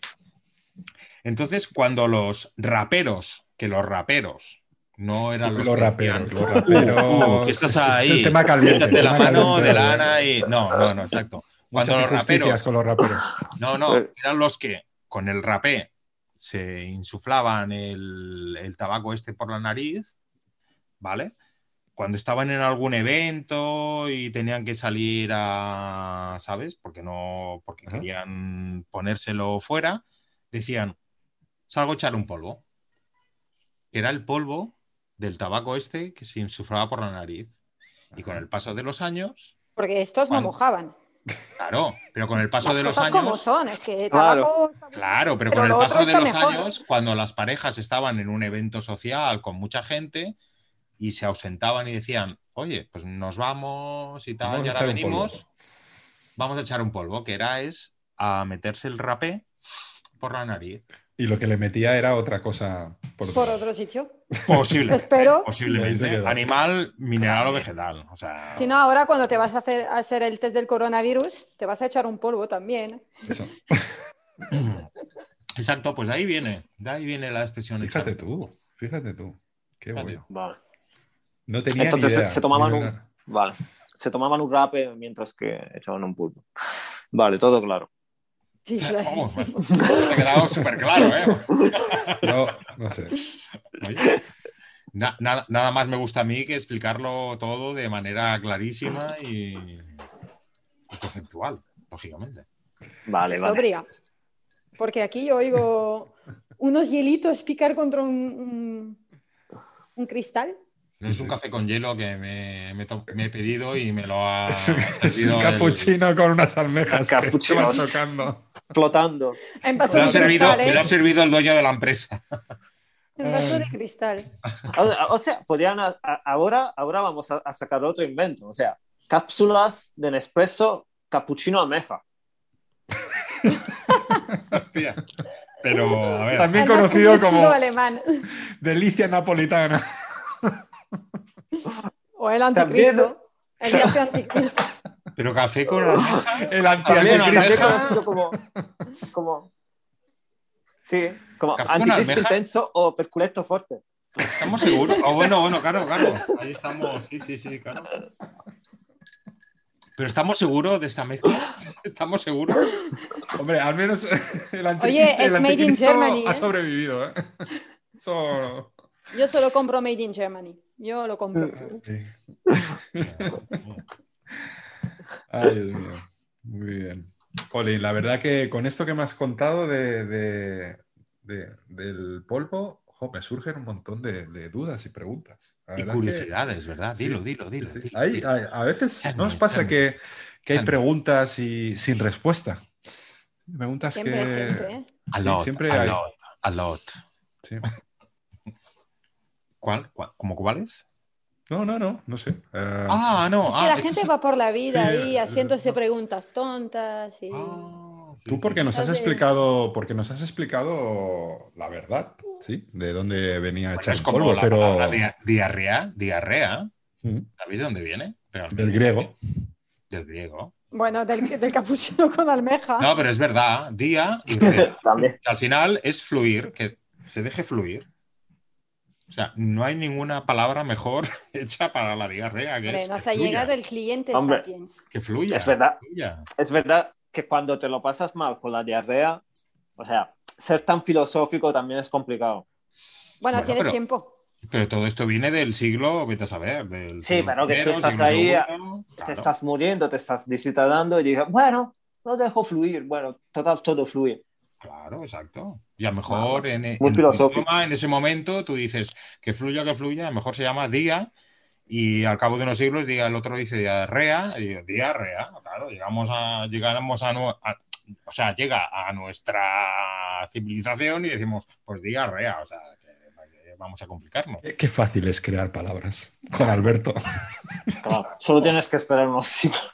[SPEAKER 4] Entonces, cuando los raperos, que los raperos no eran los,
[SPEAKER 1] Los
[SPEAKER 4] que
[SPEAKER 1] raperos,
[SPEAKER 4] decían,
[SPEAKER 1] los raperos.
[SPEAKER 4] "Uh, uh, que estás
[SPEAKER 1] Es- este es
[SPEAKER 4] ahí,
[SPEAKER 1] El tema caliente.
[SPEAKER 4] Quítate la
[SPEAKER 1] tema
[SPEAKER 4] mano
[SPEAKER 1] caliente hoy,
[SPEAKER 4] de
[SPEAKER 1] ¿eh?
[SPEAKER 4] lana y. No, no, no, exacto.
[SPEAKER 1] Muchas
[SPEAKER 4] Cuando los
[SPEAKER 1] injusticias
[SPEAKER 4] raperos.
[SPEAKER 1] con los raperos.
[SPEAKER 4] No, no, eran los que con el rapé se insuflaban el, el tabaco este por la nariz, ¿vale? Cuando estaban en algún evento y tenían que salir a, ¿sabes? Porque no, porque
[SPEAKER 1] Ajá.
[SPEAKER 4] querían ponérselo fuera, decían, salgo a echar un polvo. Que era el polvo del tabaco este que se insuflaba por la nariz. Y con el paso de los años,
[SPEAKER 3] Porque estos no
[SPEAKER 4] Cuando-
[SPEAKER 3] mojaban.
[SPEAKER 4] Claro, pero con el paso
[SPEAKER 3] Las
[SPEAKER 4] de los
[SPEAKER 3] cosas
[SPEAKER 4] años.
[SPEAKER 3] como son, es que
[SPEAKER 5] Claro.
[SPEAKER 3] tabaco...
[SPEAKER 4] Claro, pero,
[SPEAKER 3] Pero
[SPEAKER 4] con el
[SPEAKER 3] lo
[SPEAKER 4] paso
[SPEAKER 3] otro
[SPEAKER 4] de
[SPEAKER 3] está
[SPEAKER 4] los
[SPEAKER 3] mejor.
[SPEAKER 4] años, cuando las parejas estaban en un evento social con mucha gente y se ausentaban y decían, oye, pues nos vamos y tal,
[SPEAKER 1] Vamos
[SPEAKER 4] y
[SPEAKER 1] a
[SPEAKER 4] ahora
[SPEAKER 1] echar un
[SPEAKER 4] venimos,
[SPEAKER 1] polvo.
[SPEAKER 4] vamos a echar un polvo, que era es a meterse el rapé por la nariz.
[SPEAKER 1] Y lo que le metía era otra cosa. Por otro
[SPEAKER 3] Por
[SPEAKER 1] lado.
[SPEAKER 3] otro sitio.
[SPEAKER 4] Posible.
[SPEAKER 3] Espero.
[SPEAKER 1] Y ahí se
[SPEAKER 4] Posiblemente.
[SPEAKER 1] quedó.
[SPEAKER 4] Animal, mineral o vegetal. O sea,
[SPEAKER 3] Si no, ahora cuando te vas a hacer, a hacer el test del coronavirus, te vas a echar un polvo también.
[SPEAKER 1] Eso.
[SPEAKER 4] Exacto, pues de ahí viene. De ahí viene la expresión.
[SPEAKER 1] Fíjate
[SPEAKER 4] echar.
[SPEAKER 1] tú, fíjate tú. Qué
[SPEAKER 4] Fíjate.
[SPEAKER 1] bueno.
[SPEAKER 5] Vale,
[SPEAKER 1] No tenía
[SPEAKER 5] Entonces
[SPEAKER 1] ni
[SPEAKER 5] se-
[SPEAKER 1] idea.
[SPEAKER 5] se tomaban
[SPEAKER 1] Mira,
[SPEAKER 5] un-
[SPEAKER 1] na-
[SPEAKER 5] vale. Se tomaban un rape mientras que echaban un pulpo. Vale, todo claro.
[SPEAKER 3] Sí,
[SPEAKER 4] Vamos,
[SPEAKER 3] clarísimo.
[SPEAKER 4] bueno, te ha quedado súper claro, ¿eh?
[SPEAKER 1] No, no sé.
[SPEAKER 4] Oye, na- na- nada más me gusta a mí que explicarlo todo de manera clarísima y, y conceptual, lógicamente.
[SPEAKER 5] Vale, vale.
[SPEAKER 3] Sobria. Porque aquí yo oigo unos hielitos picar contra un, un, un cristal.
[SPEAKER 4] No es un café con hielo que me, me to- me he pedido y me lo ha
[SPEAKER 1] Es
[SPEAKER 4] servido
[SPEAKER 1] un
[SPEAKER 4] el-
[SPEAKER 1] capuchino con unas almejas que se
[SPEAKER 5] Capuchino.
[SPEAKER 1] van tocando.
[SPEAKER 5] Flotando.
[SPEAKER 3] En
[SPEAKER 4] Me
[SPEAKER 3] vaso
[SPEAKER 4] lo, ha
[SPEAKER 3] de
[SPEAKER 4] servido,
[SPEAKER 3] cristal,
[SPEAKER 4] me lo ha
[SPEAKER 3] ¿eh?
[SPEAKER 4] servido el dueño de la empresa.
[SPEAKER 3] En vaso de cristal.
[SPEAKER 5] O sea, o sea, podrían a- a- ahora, ahora vamos a, a sacar otro invento. O sea, cápsulas de Nespresso, cappuccino almeja.
[SPEAKER 4] Hostia. Pero, a ver,
[SPEAKER 1] También
[SPEAKER 3] Además,
[SPEAKER 1] conocido
[SPEAKER 3] un estilo
[SPEAKER 1] como
[SPEAKER 3] alemán.
[SPEAKER 1] delicia napolitana.
[SPEAKER 3] O el
[SPEAKER 5] También, ¿no?
[SPEAKER 3] anticristo. El café anticristo.
[SPEAKER 4] pero café con almeja,
[SPEAKER 1] El
[SPEAKER 4] También
[SPEAKER 5] También
[SPEAKER 4] almeja.
[SPEAKER 1] anticristo.
[SPEAKER 5] conocido como, como. Sí, como
[SPEAKER 4] Cappuccino
[SPEAKER 5] anticristo
[SPEAKER 4] almeja.
[SPEAKER 5] intenso o perculeto fuerte.
[SPEAKER 4] ¿estamos seguros? Ah, bueno, bueno, claro, claro. Ahí estamos, sí, sí, sí, claro. Pero estamos seguros de esta mezcla. Estamos seguros.
[SPEAKER 1] Hombre, al menos el anticristo, el
[SPEAKER 3] es made in
[SPEAKER 1] anticristo
[SPEAKER 3] Germany,
[SPEAKER 1] ha
[SPEAKER 3] ¿eh?
[SPEAKER 1] sobrevivido. ¿eh? Eso-
[SPEAKER 3] Yo solo compro Made in Germany. Yo lo compro.
[SPEAKER 1] Ay, Dios mío. Muy bien. Jolín, la verdad que con esto que me has contado de, de- de- del polvo, jo, me surgen un montón de, de dudas y preguntas. La
[SPEAKER 4] Y
[SPEAKER 1] verdad que-
[SPEAKER 4] curiosidades, ¿verdad?
[SPEAKER 1] sí,
[SPEAKER 4] Dilo, dilo, dilo.
[SPEAKER 1] sí, sí.
[SPEAKER 4] dilo,
[SPEAKER 1] Hay-
[SPEAKER 4] dilo.
[SPEAKER 1] hay- a veces
[SPEAKER 4] Chani,
[SPEAKER 1] no os pasa
[SPEAKER 4] Chani.
[SPEAKER 1] que, que hay
[SPEAKER 4] Chani.
[SPEAKER 1] preguntas y, sin respuesta. Preguntas
[SPEAKER 3] Siempre,
[SPEAKER 1] que
[SPEAKER 3] siempre. ¿eh?
[SPEAKER 4] A
[SPEAKER 1] sí,
[SPEAKER 4] lot,
[SPEAKER 1] siempre
[SPEAKER 4] a
[SPEAKER 1] hay.
[SPEAKER 4] lot, a lot.
[SPEAKER 1] Sí.
[SPEAKER 4] ¿Cuál? cuál ¿Cómo cuáles?
[SPEAKER 1] No, no, no, no sé. Eh,
[SPEAKER 4] Ah, no.
[SPEAKER 3] Es que
[SPEAKER 4] ah,
[SPEAKER 3] la
[SPEAKER 4] esto
[SPEAKER 3] gente
[SPEAKER 4] es-
[SPEAKER 3] va por la vida
[SPEAKER 1] Sí,
[SPEAKER 3] ahí
[SPEAKER 1] eh,
[SPEAKER 3] haciéndose
[SPEAKER 1] no.
[SPEAKER 3] preguntas tontas y
[SPEAKER 4] Ah,
[SPEAKER 1] Tú porque nos has
[SPEAKER 3] Sabe.
[SPEAKER 1] explicado, porque nos has explicado la verdad, ¿sí? De dónde venía
[SPEAKER 4] Bueno,
[SPEAKER 1] echar
[SPEAKER 4] Pues es
[SPEAKER 1] el
[SPEAKER 4] como
[SPEAKER 1] polvo,
[SPEAKER 4] la
[SPEAKER 1] pero
[SPEAKER 4] palabra dia- diarrea, diarrea.
[SPEAKER 1] Mm,
[SPEAKER 4] ¿Sabéis de dónde viene? Realmente.
[SPEAKER 1] del griego.
[SPEAKER 4] Del griego.
[SPEAKER 3] Bueno, del, del capuchino con almeja.
[SPEAKER 4] No, pero es verdad. Día y rea.
[SPEAKER 5] También.
[SPEAKER 4] Al final es fluir, que se deje fluir. O sea, no hay ninguna palabra mejor hecha para la diarrea que,
[SPEAKER 3] Hombre,
[SPEAKER 4] es,
[SPEAKER 3] nos
[SPEAKER 4] que
[SPEAKER 3] ha
[SPEAKER 4] fluya,
[SPEAKER 3] llegado el cliente
[SPEAKER 5] Hombre.
[SPEAKER 3] Sapiens.
[SPEAKER 4] que fluya.
[SPEAKER 5] Es verdad.
[SPEAKER 4] que fluya.
[SPEAKER 5] Es verdad que cuando te lo pasas mal con la diarrea, o sea, ser tan filosófico también es complicado.
[SPEAKER 3] Bueno,
[SPEAKER 4] Bueno,
[SPEAKER 3] tienes
[SPEAKER 4] pero-
[SPEAKER 3] tiempo.
[SPEAKER 4] Pero todo esto viene del siglo, vete a saber. Del
[SPEAKER 5] Sí,
[SPEAKER 4] siglo
[SPEAKER 5] pero que tú
[SPEAKER 4] primero,
[SPEAKER 5] estás
[SPEAKER 4] siglo
[SPEAKER 5] ahí,
[SPEAKER 4] segundo, claro.
[SPEAKER 5] Te estás muriendo, te estás deshidratando y dices, bueno, no dejo fluir. Bueno, total, todo fluye.
[SPEAKER 4] Claro, exacto. Y a lo mejor en, e-, en
[SPEAKER 5] Muy
[SPEAKER 4] tu
[SPEAKER 5] filosófico.
[SPEAKER 4] idioma, en ese momento tú dices que fluya, que fluya, a lo mejor se llama día y al cabo de unos siglos día, el otro dice diarrea y yo, diarrea, claro, llegamos a, llegamos a, nu- a- o sea, llega a nuestra civilización y decimos, pues diarrea, o sea, que- ¿para qué vamos a complicarnos.
[SPEAKER 1] Qué- Qué fácil es crear palabras con Alberto.
[SPEAKER 5] Claro, solo tienes que esperar unos siglos.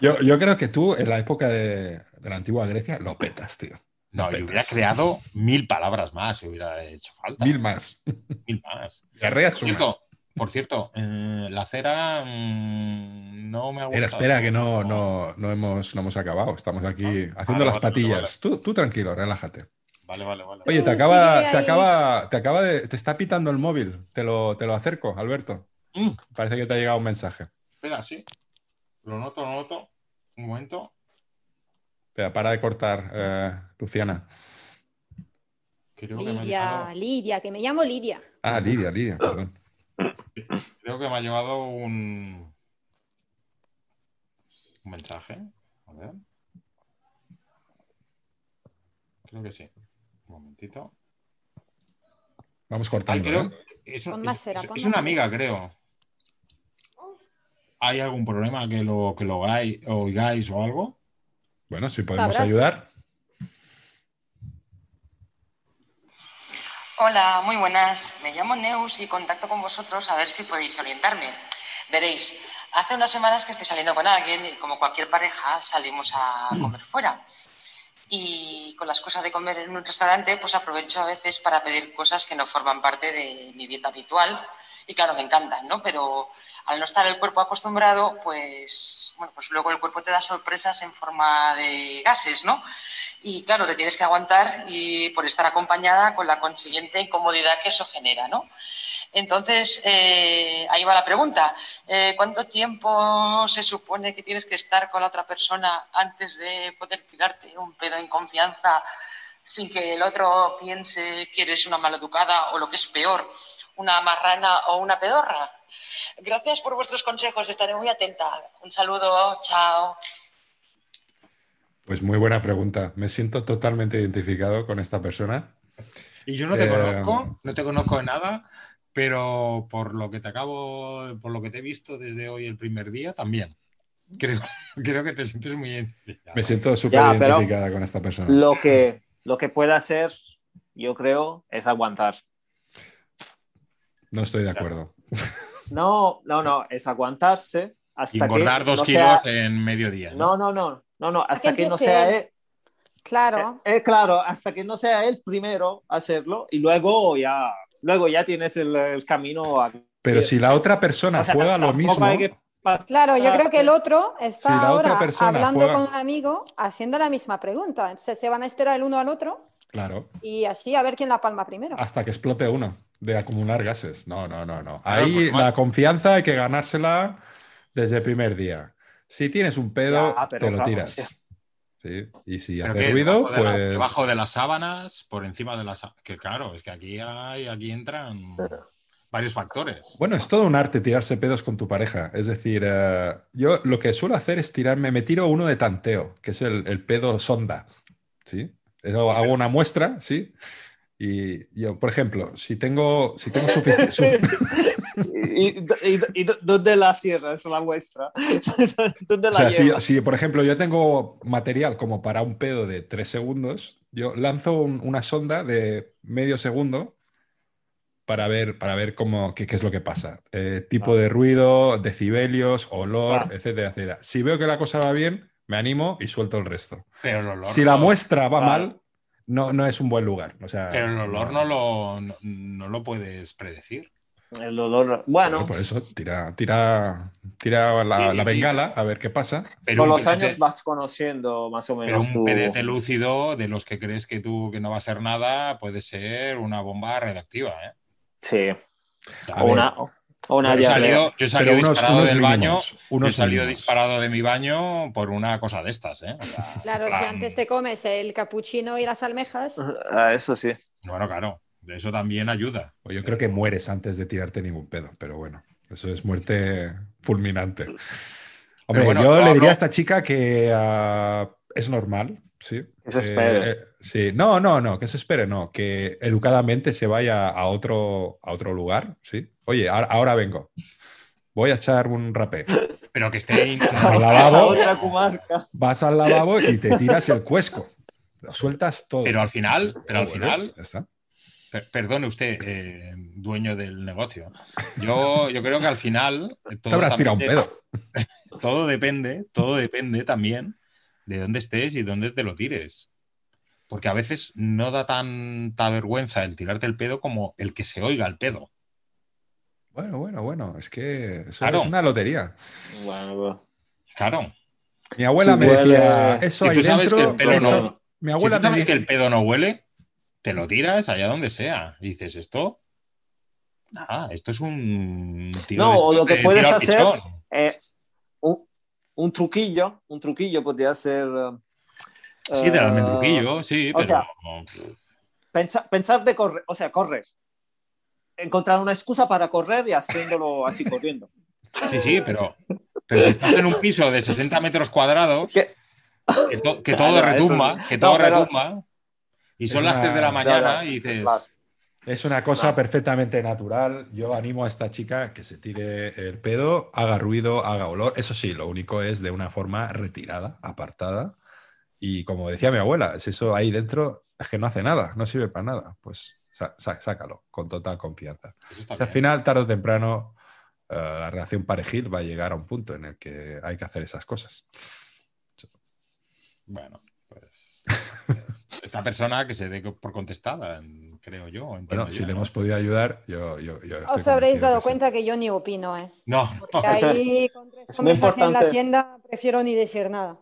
[SPEAKER 1] Yo, yo creo que tú en la época de, de la antigua Grecia lo petas, tío. Lo
[SPEAKER 4] No, yo
[SPEAKER 1] petas.
[SPEAKER 4] hubiera creado mil palabras más, si hubiera hecho falta,
[SPEAKER 1] Mil más.
[SPEAKER 4] mil más.
[SPEAKER 1] Diarrea
[SPEAKER 4] Por
[SPEAKER 1] es una.
[SPEAKER 4] cierto, por cierto, eh, la cera mm, no me ha
[SPEAKER 1] Espera,
[SPEAKER 4] gustado.
[SPEAKER 1] espera, que no, no, no, hemos, no hemos acabado. Estamos aquí haciendo
[SPEAKER 4] vale,
[SPEAKER 1] las
[SPEAKER 4] vale,
[SPEAKER 1] patillas.
[SPEAKER 4] vale.
[SPEAKER 1] Tú, tú tranquilo, relájate.
[SPEAKER 4] Vale, vale, vale.
[SPEAKER 1] Oye, te
[SPEAKER 3] Uy,
[SPEAKER 1] acaba,
[SPEAKER 3] sigue
[SPEAKER 1] te
[SPEAKER 3] ahí.
[SPEAKER 1] acaba, te acaba de. Te está pitando el móvil. Te lo, te lo acerco, Alberto.
[SPEAKER 4] Mm,
[SPEAKER 1] Parece que te ha llegado un mensaje.
[SPEAKER 4] espera, sí. Lo noto, lo noto. Un momento.
[SPEAKER 1] Espera, para de cortar, eh, Luciana.
[SPEAKER 4] Creo que, me ha
[SPEAKER 3] Lidia,
[SPEAKER 4] llegado,
[SPEAKER 3] Lidia, que me llamo Lidia.
[SPEAKER 1] Ah, Lidia, Lidia, perdón.
[SPEAKER 4] creo que me ha llegado un, un mensaje. A ver. Creo que sí. Un momentito.
[SPEAKER 1] Vamos
[SPEAKER 4] Ay,
[SPEAKER 1] cortando.
[SPEAKER 4] creo-
[SPEAKER 1] ¿eh?
[SPEAKER 4] es, un-
[SPEAKER 3] Pon más
[SPEAKER 4] es-
[SPEAKER 3] cera,
[SPEAKER 4] es-
[SPEAKER 3] pon
[SPEAKER 4] es
[SPEAKER 3] más
[SPEAKER 4] una
[SPEAKER 3] cera.
[SPEAKER 4] amiga, creo. ¿Hay algún problema que lo, que lo oigáis- oigáis o algo?
[SPEAKER 1] Bueno, si podemos
[SPEAKER 3] Sabrás.
[SPEAKER 1] ayudar.
[SPEAKER 6] Hola, muy buenas. Me llamo Neus y contacto con vosotros a ver si podéis orientarme. Veréis, hace unas semanas que estoy saliendo con alguien y como cualquier pareja salimos a comer fuera. Y con las cosas de comer en un restaurante, pues aprovecho a veces para pedir cosas que no forman parte de mi dieta habitual. Y claro, me encantan, ¿no? Pero al no estar el cuerpo acostumbrado, pues, bueno, pues luego el cuerpo te da sorpresas en forma de gases, ¿no? y claro, te tienes que aguantar y por estar acompañada con la consiguiente incomodidad que eso genera, ¿no? Entonces, eh, ahí va la pregunta. Eh, ¿Cuánto tiempo se supone que tienes que estar con la otra persona antes de poder tirarte un pedo en confianza sin que el otro piense que eres una maleducada o lo que es peor, una marrana o una pedorra? Gracias por vuestros consejos, estaré muy atenta. Un saludo, chao.
[SPEAKER 1] Pues muy buena pregunta. Me siento totalmente identificado con esta persona.
[SPEAKER 4] Y yo no te
[SPEAKER 1] Eh,
[SPEAKER 4] conozco, no te conozco de nada, pero por lo que te acabo, por lo que te he visto desde hoy el primer día, también. Creo, creo que te sientes muy identificado.
[SPEAKER 1] Me siento súper
[SPEAKER 5] pero-
[SPEAKER 1] identificada con esta persona.
[SPEAKER 5] Lo que, lo que puede hacer, yo creo, es aguantar.
[SPEAKER 1] No estoy de acuerdo.
[SPEAKER 5] No, no, no, es
[SPEAKER 4] Y
[SPEAKER 5] aguantarse hasta que
[SPEAKER 4] engordar dos
[SPEAKER 5] no
[SPEAKER 4] kilos
[SPEAKER 5] sea...
[SPEAKER 4] en medio
[SPEAKER 1] eh.
[SPEAKER 4] día. ¿no?
[SPEAKER 5] No, no, no, no, no, hasta
[SPEAKER 3] que
[SPEAKER 5] que no
[SPEAKER 3] empiece
[SPEAKER 5] sea
[SPEAKER 3] él.
[SPEAKER 5] él.
[SPEAKER 3] Claro.
[SPEAKER 5] Eh, eh, claro, hasta que no sea él primero hacerlo y luego ya, luego ya tienes el, el camino a
[SPEAKER 1] Pero
[SPEAKER 5] Bien.
[SPEAKER 1] si la otra persona
[SPEAKER 5] O sea,
[SPEAKER 1] juega lo
[SPEAKER 5] tampoco
[SPEAKER 1] mismo,
[SPEAKER 5] hay que pasar.
[SPEAKER 3] Claro, yo creo que el otro está
[SPEAKER 1] Si la otra
[SPEAKER 3] ahora
[SPEAKER 1] persona
[SPEAKER 3] hablando
[SPEAKER 1] juega-
[SPEAKER 3] con un amigo, haciendo la misma pregunta. Entonces se van a esperar el uno al otro
[SPEAKER 1] claro,
[SPEAKER 3] y así a ver quién la palma primero.
[SPEAKER 1] hasta que explote uno de acumular gases. No, no, no, no.
[SPEAKER 4] Claro,
[SPEAKER 1] Ahí
[SPEAKER 4] pues,
[SPEAKER 1] la confianza hay que ganársela desde el primer día. Si tienes un pedo,
[SPEAKER 5] Ya, pero
[SPEAKER 1] te lo
[SPEAKER 5] claro,
[SPEAKER 1] tiras.
[SPEAKER 5] sí.
[SPEAKER 1] Sí, Y si
[SPEAKER 4] Pero
[SPEAKER 1] hace
[SPEAKER 4] que
[SPEAKER 1] ruido,
[SPEAKER 4] debajo de la-
[SPEAKER 1] pues
[SPEAKER 4] debajo de las sábanas, por encima de las... sa- Que claro, es que aquí, hay, aquí entran varios factores.
[SPEAKER 1] Bueno, es todo un arte tirarse pedos con tu pareja. Es decir, eh, yo lo que suelo hacer es tirarme, me tiro uno de tanteo, que es el, el pedo sonda. ¿Sí? Eso hago una muestra, ¿sí? Y yo, por ejemplo, si tengo, si tengo suficiente.
[SPEAKER 5] ¿Y, y, y dó- dónde la cierras la muestra? ¿Dónde
[SPEAKER 1] O
[SPEAKER 5] la
[SPEAKER 1] sea, si,
[SPEAKER 5] llevas?
[SPEAKER 1] si, por ejemplo yo tengo material como para un pedo de tres segundos, yo lanzo un- una sonda de medio segundo para ver, para ver cómo, qué, qué es lo que pasa. Eh, tipo de ruido, decibelios, olor,
[SPEAKER 5] Ah.
[SPEAKER 1] etcétera, etcétera. Si veo que la cosa va bien, me animo y suelto el resto.
[SPEAKER 4] Pero el olor.
[SPEAKER 1] Si la
[SPEAKER 4] no-
[SPEAKER 1] muestra va
[SPEAKER 5] claro.
[SPEAKER 1] mal, no, no es un buen lugar. O sea,
[SPEAKER 4] Pero el olor no lo, no, no lo puedes predecir.
[SPEAKER 5] El olor.
[SPEAKER 1] Bueno,
[SPEAKER 5] Bueno,
[SPEAKER 1] por eso, tira, tira, tira la,
[SPEAKER 4] Sí,
[SPEAKER 1] la
[SPEAKER 4] sí.
[SPEAKER 1] bengala a ver qué pasa.
[SPEAKER 4] Pero
[SPEAKER 5] con
[SPEAKER 4] un
[SPEAKER 5] los
[SPEAKER 4] PDT
[SPEAKER 5] años vas conociendo más o
[SPEAKER 4] Pero
[SPEAKER 5] menos
[SPEAKER 4] un
[SPEAKER 5] tu-
[SPEAKER 4] PDT lúcido de los que crees que tú que no va a ser nada puede ser una bomba redactiva. ¿eh?
[SPEAKER 5] Sí.
[SPEAKER 4] O sea,
[SPEAKER 1] A
[SPEAKER 5] O
[SPEAKER 1] ver.
[SPEAKER 5] una, o una
[SPEAKER 4] yo he
[SPEAKER 5] diarrea.
[SPEAKER 4] salido, yo he salido
[SPEAKER 1] Pero unos,
[SPEAKER 4] disparado
[SPEAKER 1] unos
[SPEAKER 4] del
[SPEAKER 1] mínimos,
[SPEAKER 4] baño. Yo he
[SPEAKER 1] unos
[SPEAKER 4] salido
[SPEAKER 1] mínimos.
[SPEAKER 4] disparado de mi baño por una cosa de estas. ¿eh? O sea,
[SPEAKER 3] Claro, si
[SPEAKER 4] plan-
[SPEAKER 3] antes te comes el capuchino y las almejas,
[SPEAKER 5] Ah, eso sí.
[SPEAKER 4] Bueno, claro, eso también ayuda.
[SPEAKER 1] O Yo creo que mueres antes de tirarte ningún pedo, pero bueno, eso es muerte fulminante. Hombre,
[SPEAKER 4] bueno,
[SPEAKER 1] yo
[SPEAKER 4] no,
[SPEAKER 1] le diría
[SPEAKER 4] no.
[SPEAKER 1] a esta chica que ah, es normal, sí.
[SPEAKER 5] Que se
[SPEAKER 1] Eh,
[SPEAKER 5] espere.
[SPEAKER 1] eh, sí, no, no, no, que se espere, no, que educadamente se vaya a otro, a otro lugar, sí. Oye, a- ahora vengo. Voy a echar un rapé.
[SPEAKER 4] Pero que esté.
[SPEAKER 1] Vas al lavabo,
[SPEAKER 5] otra comarca.
[SPEAKER 1] vas al lavabo y te tiras el cuesco. Lo sueltas todo.
[SPEAKER 4] Pero al final, pero al
[SPEAKER 1] Vuelves,
[SPEAKER 4] final,
[SPEAKER 1] ya está.
[SPEAKER 4] per- perdone usted, eh, dueño del negocio. Yo, yo creo que al final. eh, todo
[SPEAKER 1] Te habrás
[SPEAKER 4] también
[SPEAKER 1] tirado un
[SPEAKER 4] de-
[SPEAKER 1] pedo.
[SPEAKER 4] todo depende, todo depende también de dónde estés y dónde te lo tires. Porque a veces no da tanta vergüenza el tirarte el pedo como el que se oiga el pedo.
[SPEAKER 1] Bueno, bueno, bueno, es que eso
[SPEAKER 4] Claro.
[SPEAKER 1] es una lotería.
[SPEAKER 5] Bueno, bueno.
[SPEAKER 4] Claro.
[SPEAKER 1] Mi abuela
[SPEAKER 5] Sí,
[SPEAKER 1] me
[SPEAKER 5] huele-
[SPEAKER 1] decía, eso
[SPEAKER 4] Si
[SPEAKER 1] ahí
[SPEAKER 4] eh, tú sabes que
[SPEAKER 1] dentro,
[SPEAKER 4] el pelo
[SPEAKER 1] eso-
[SPEAKER 4] no-
[SPEAKER 1] mi
[SPEAKER 4] Si
[SPEAKER 1] abuela
[SPEAKER 4] tú
[SPEAKER 1] me
[SPEAKER 4] sabes que
[SPEAKER 1] dice,
[SPEAKER 4] el pedo no huele, te lo tiras allá donde sea. Y dices, esto. Nada, esto es un tiro.
[SPEAKER 5] No,
[SPEAKER 4] de-
[SPEAKER 5] o lo que
[SPEAKER 4] de
[SPEAKER 5] puedes
[SPEAKER 4] tiro al
[SPEAKER 5] hacer-
[SPEAKER 4] pichón.
[SPEAKER 5] Eh, un, un truquillo, un truquillo podría ser. eh,
[SPEAKER 4] Sí, del
[SPEAKER 5] eh,
[SPEAKER 4] almendruquillo, sí,
[SPEAKER 5] o
[SPEAKER 4] pero.
[SPEAKER 5] sea, pensa- pensar de correr, o sea, corres. Encontrar una excusa para correr y haciéndolo así corriendo.
[SPEAKER 4] Sí, sí, pero, pero si estás en un piso de 60 metros cuadrados,
[SPEAKER 5] ¿Qué?
[SPEAKER 4] que, to- que
[SPEAKER 5] Claro,
[SPEAKER 4] todo
[SPEAKER 5] eso
[SPEAKER 4] retumba,
[SPEAKER 5] sí.
[SPEAKER 4] que
[SPEAKER 5] No,
[SPEAKER 4] todo
[SPEAKER 5] pero-
[SPEAKER 4] retumba, y son
[SPEAKER 1] Es
[SPEAKER 4] las
[SPEAKER 1] una-
[SPEAKER 4] 3 de la mañana
[SPEAKER 5] Claro,
[SPEAKER 4] y dices,
[SPEAKER 5] claro.
[SPEAKER 1] es una cosa perfectamente natural, yo animo a esta chica que se tire el pedo, haga ruido, haga olor, eso sí, lo único es de una forma retirada, apartada, y como decía mi abuela, es eso ahí dentro es que no hace nada, no sirve para nada, pues sa- sa- sácalo con total confianza.
[SPEAKER 4] "Eso está
[SPEAKER 1] O sea, al
[SPEAKER 4] bien".
[SPEAKER 1] final, tarde o temprano, eh, la relación parejil va a llegar a un punto en el que hay que hacer esas cosas.
[SPEAKER 4] Bueno, pues. Esta persona que se dé por contestada, en- creo yo. entiendo
[SPEAKER 1] Bueno, si
[SPEAKER 4] yo,
[SPEAKER 1] le
[SPEAKER 4] ¿no?
[SPEAKER 1] hemos podido ayudar, yo, yo, yo estoy
[SPEAKER 3] os habréis
[SPEAKER 1] convencido
[SPEAKER 3] dado
[SPEAKER 1] que sí.
[SPEAKER 3] cuenta que yo ni opino, ¿eh?
[SPEAKER 4] No,
[SPEAKER 3] Que
[SPEAKER 5] Eso
[SPEAKER 3] ahí con tres
[SPEAKER 5] es
[SPEAKER 3] conversaciones en
[SPEAKER 5] muy
[SPEAKER 3] la
[SPEAKER 5] importante.
[SPEAKER 3] tienda prefiero ni decir nada.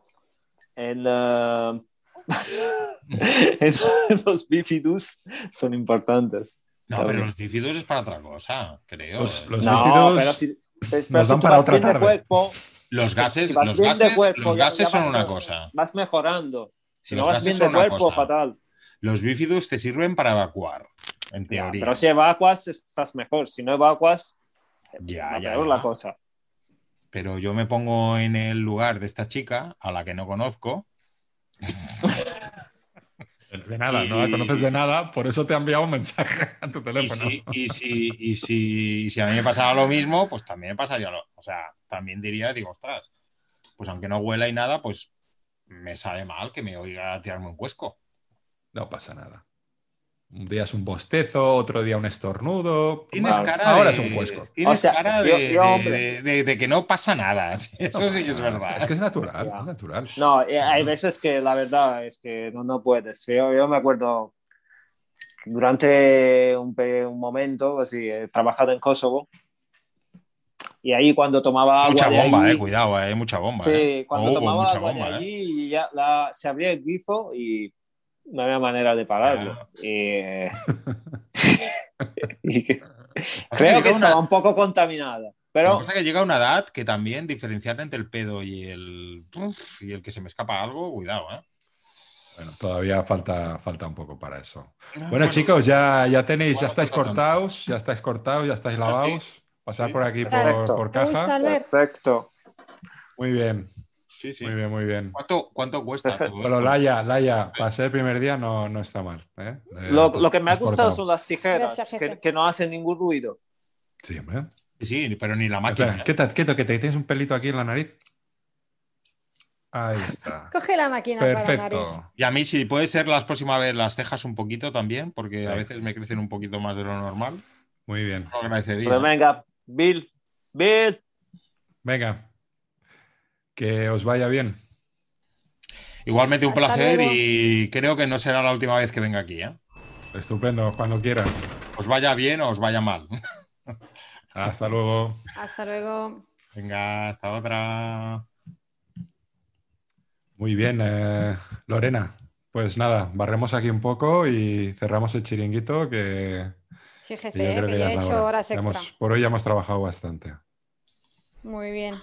[SPEAKER 5] En, eh, en- los bifidus son importantes.
[SPEAKER 4] no, pero los bífidos es para otra cosa, creo.
[SPEAKER 1] Los, los
[SPEAKER 4] los,
[SPEAKER 5] no,
[SPEAKER 1] bífidos-
[SPEAKER 5] pero si, pero si
[SPEAKER 1] dan
[SPEAKER 5] tú
[SPEAKER 1] para
[SPEAKER 5] vas
[SPEAKER 1] otra
[SPEAKER 5] bien de
[SPEAKER 1] tarde.
[SPEAKER 5] cuerpo,
[SPEAKER 4] gases,
[SPEAKER 5] si vas
[SPEAKER 4] los
[SPEAKER 5] bien de
[SPEAKER 4] gases,
[SPEAKER 5] cuerpo,
[SPEAKER 4] los
[SPEAKER 5] ya-
[SPEAKER 4] gases
[SPEAKER 5] ya
[SPEAKER 4] son
[SPEAKER 5] vas-
[SPEAKER 4] una cosa.
[SPEAKER 5] vas mejorando. Si
[SPEAKER 4] Los
[SPEAKER 5] no vas
[SPEAKER 4] gases
[SPEAKER 5] bien
[SPEAKER 4] son
[SPEAKER 5] de
[SPEAKER 4] una
[SPEAKER 5] cuerpo,
[SPEAKER 4] cosa.
[SPEAKER 5] fatal.
[SPEAKER 4] Los bífidos te sirven para evacuar, en
[SPEAKER 5] Ya,
[SPEAKER 4] teoría.
[SPEAKER 5] pero si evacuas, estás mejor. Si no evacuas,
[SPEAKER 4] Ya,
[SPEAKER 5] va
[SPEAKER 4] ya,
[SPEAKER 5] peor
[SPEAKER 4] ya.
[SPEAKER 5] la cosa.
[SPEAKER 4] pero yo me pongo en el lugar de esta chica a la que no conozco.
[SPEAKER 1] De nada, no la
[SPEAKER 4] Y-
[SPEAKER 1] conoces de nada, por eso te ha enviado un mensaje a tu
[SPEAKER 4] Y
[SPEAKER 1] teléfono.
[SPEAKER 4] si, y, si, y, si, y si a mí me pasara lo mismo, pues también me pasaría lo. O sea, también diría, digo, ostras, pues aunque no huela y nada, pues me sabe mal que me oiga tirarme un cuesco.
[SPEAKER 1] No pasa nada. Un día es un bostezo, otro día un estornudo.
[SPEAKER 4] Tienes
[SPEAKER 5] Vale.
[SPEAKER 4] cara
[SPEAKER 1] Ahora
[SPEAKER 4] de,
[SPEAKER 1] es un cuesco.
[SPEAKER 4] Tienes
[SPEAKER 5] O sea,
[SPEAKER 4] cara de,
[SPEAKER 5] yo- yo,
[SPEAKER 4] de-
[SPEAKER 5] hombre. Ah,
[SPEAKER 4] de- de que no pasa nada. Sí, Eso
[SPEAKER 1] No
[SPEAKER 4] sí que es
[SPEAKER 1] pasa nada.
[SPEAKER 4] verdad. ¿eh?
[SPEAKER 1] Es que es natural,
[SPEAKER 5] Ya.
[SPEAKER 1] es natural.
[SPEAKER 5] No, eh, hay veces que la verdad es que no, no puedes. Yo, yo me acuerdo durante un, pe- un momento, así, he trabajado en Kosovo y ahí cuando tomaba agua.
[SPEAKER 4] mucha
[SPEAKER 5] de
[SPEAKER 4] bomba,
[SPEAKER 5] allí-
[SPEAKER 4] eh, cuidado, eh, mucha bomba.
[SPEAKER 5] Sí,
[SPEAKER 4] eh.
[SPEAKER 5] cuando
[SPEAKER 4] Hubo
[SPEAKER 5] tomaba
[SPEAKER 4] mucha
[SPEAKER 5] agua de
[SPEAKER 4] bomba, eh.
[SPEAKER 5] allí, ya la- se abría el grifo y no había manera de pararlo.
[SPEAKER 4] Claro.
[SPEAKER 5] Y, eh, y que-
[SPEAKER 4] Pasa
[SPEAKER 5] creo
[SPEAKER 4] llega
[SPEAKER 5] que
[SPEAKER 4] una-
[SPEAKER 5] estaba un poco contaminada.
[SPEAKER 4] Lo que
[SPEAKER 5] Pero
[SPEAKER 4] pasa es que llega una edad que también diferenciar entre el pedo y el uf, y el que se me escapa algo, cuidado, ¿eh?
[SPEAKER 1] Bueno, todavía falta, falta un poco para eso. Bueno, chicos, ya, ya tenéis, ya
[SPEAKER 4] Ah, Bueno,
[SPEAKER 1] estáis
[SPEAKER 4] pues,
[SPEAKER 1] cortados, ya estáis cortados, ya estáis lavados. Pasar
[SPEAKER 4] Sí.
[SPEAKER 1] por aquí por,
[SPEAKER 5] Perfecto.
[SPEAKER 1] por
[SPEAKER 3] Me gusta,
[SPEAKER 1] caja.
[SPEAKER 3] Albert.
[SPEAKER 5] perfecto.
[SPEAKER 1] Muy bien,
[SPEAKER 4] Sí, sí.
[SPEAKER 1] muy bien, muy bien.
[SPEAKER 4] ¿Cuánto, cuánto cuesta
[SPEAKER 5] Perfecto.
[SPEAKER 4] todo
[SPEAKER 1] Pero
[SPEAKER 4] esto?
[SPEAKER 1] Laia, Laia, para ser el primer día no, no está mal. ¿eh? Eh,
[SPEAKER 5] Lo,
[SPEAKER 4] pues
[SPEAKER 5] lo que me ha
[SPEAKER 1] has
[SPEAKER 5] gustado
[SPEAKER 1] cortado.
[SPEAKER 5] son las tijeras,
[SPEAKER 3] Gracias, jefe.
[SPEAKER 5] que, que no hacen ningún ruido.
[SPEAKER 1] Sí, hombre.
[SPEAKER 4] Sí, sí, pero ni la
[SPEAKER 1] Espera,
[SPEAKER 4] máquina. ¿eh?
[SPEAKER 1] quieto, quieto, que te tienes un pelito aquí en la nariz. Ahí está.
[SPEAKER 3] Coge la máquina para la nariz.
[SPEAKER 1] Perfecto.
[SPEAKER 4] Y a mí, si puede ser las próximas veces las cejas un poquito también, porque a
[SPEAKER 1] Venga.
[SPEAKER 4] veces me crecen un poquito más de lo normal.
[SPEAKER 1] Muy bien.
[SPEAKER 4] Lo agradecería.
[SPEAKER 5] Pero venga, Bill, Bill,
[SPEAKER 1] Venga. Que os vaya bien.
[SPEAKER 4] Igualmente un
[SPEAKER 3] Hasta
[SPEAKER 4] placer
[SPEAKER 3] luego.
[SPEAKER 4] y creo que no será la última vez que venga aquí. ¿eh?
[SPEAKER 1] Estupendo, cuando quieras.
[SPEAKER 4] Os vaya bien o os vaya mal.
[SPEAKER 1] Hasta luego.
[SPEAKER 3] Hasta luego.
[SPEAKER 4] Venga, hasta otra.
[SPEAKER 1] Muy bien, eh, Lorena. Pues nada, barremos aquí un poco y cerramos el chiringuito que,
[SPEAKER 3] Sí,
[SPEAKER 1] que
[SPEAKER 3] jefe,
[SPEAKER 1] yo
[SPEAKER 3] eh,
[SPEAKER 1] creo
[SPEAKER 3] que
[SPEAKER 1] que
[SPEAKER 3] ya
[SPEAKER 1] ya
[SPEAKER 3] he
[SPEAKER 1] es la
[SPEAKER 3] hecho
[SPEAKER 1] hora.
[SPEAKER 3] horas
[SPEAKER 1] Ya
[SPEAKER 3] extra.
[SPEAKER 1] hemos- por hoy ya hemos trabajado bastante.
[SPEAKER 3] Muy bien.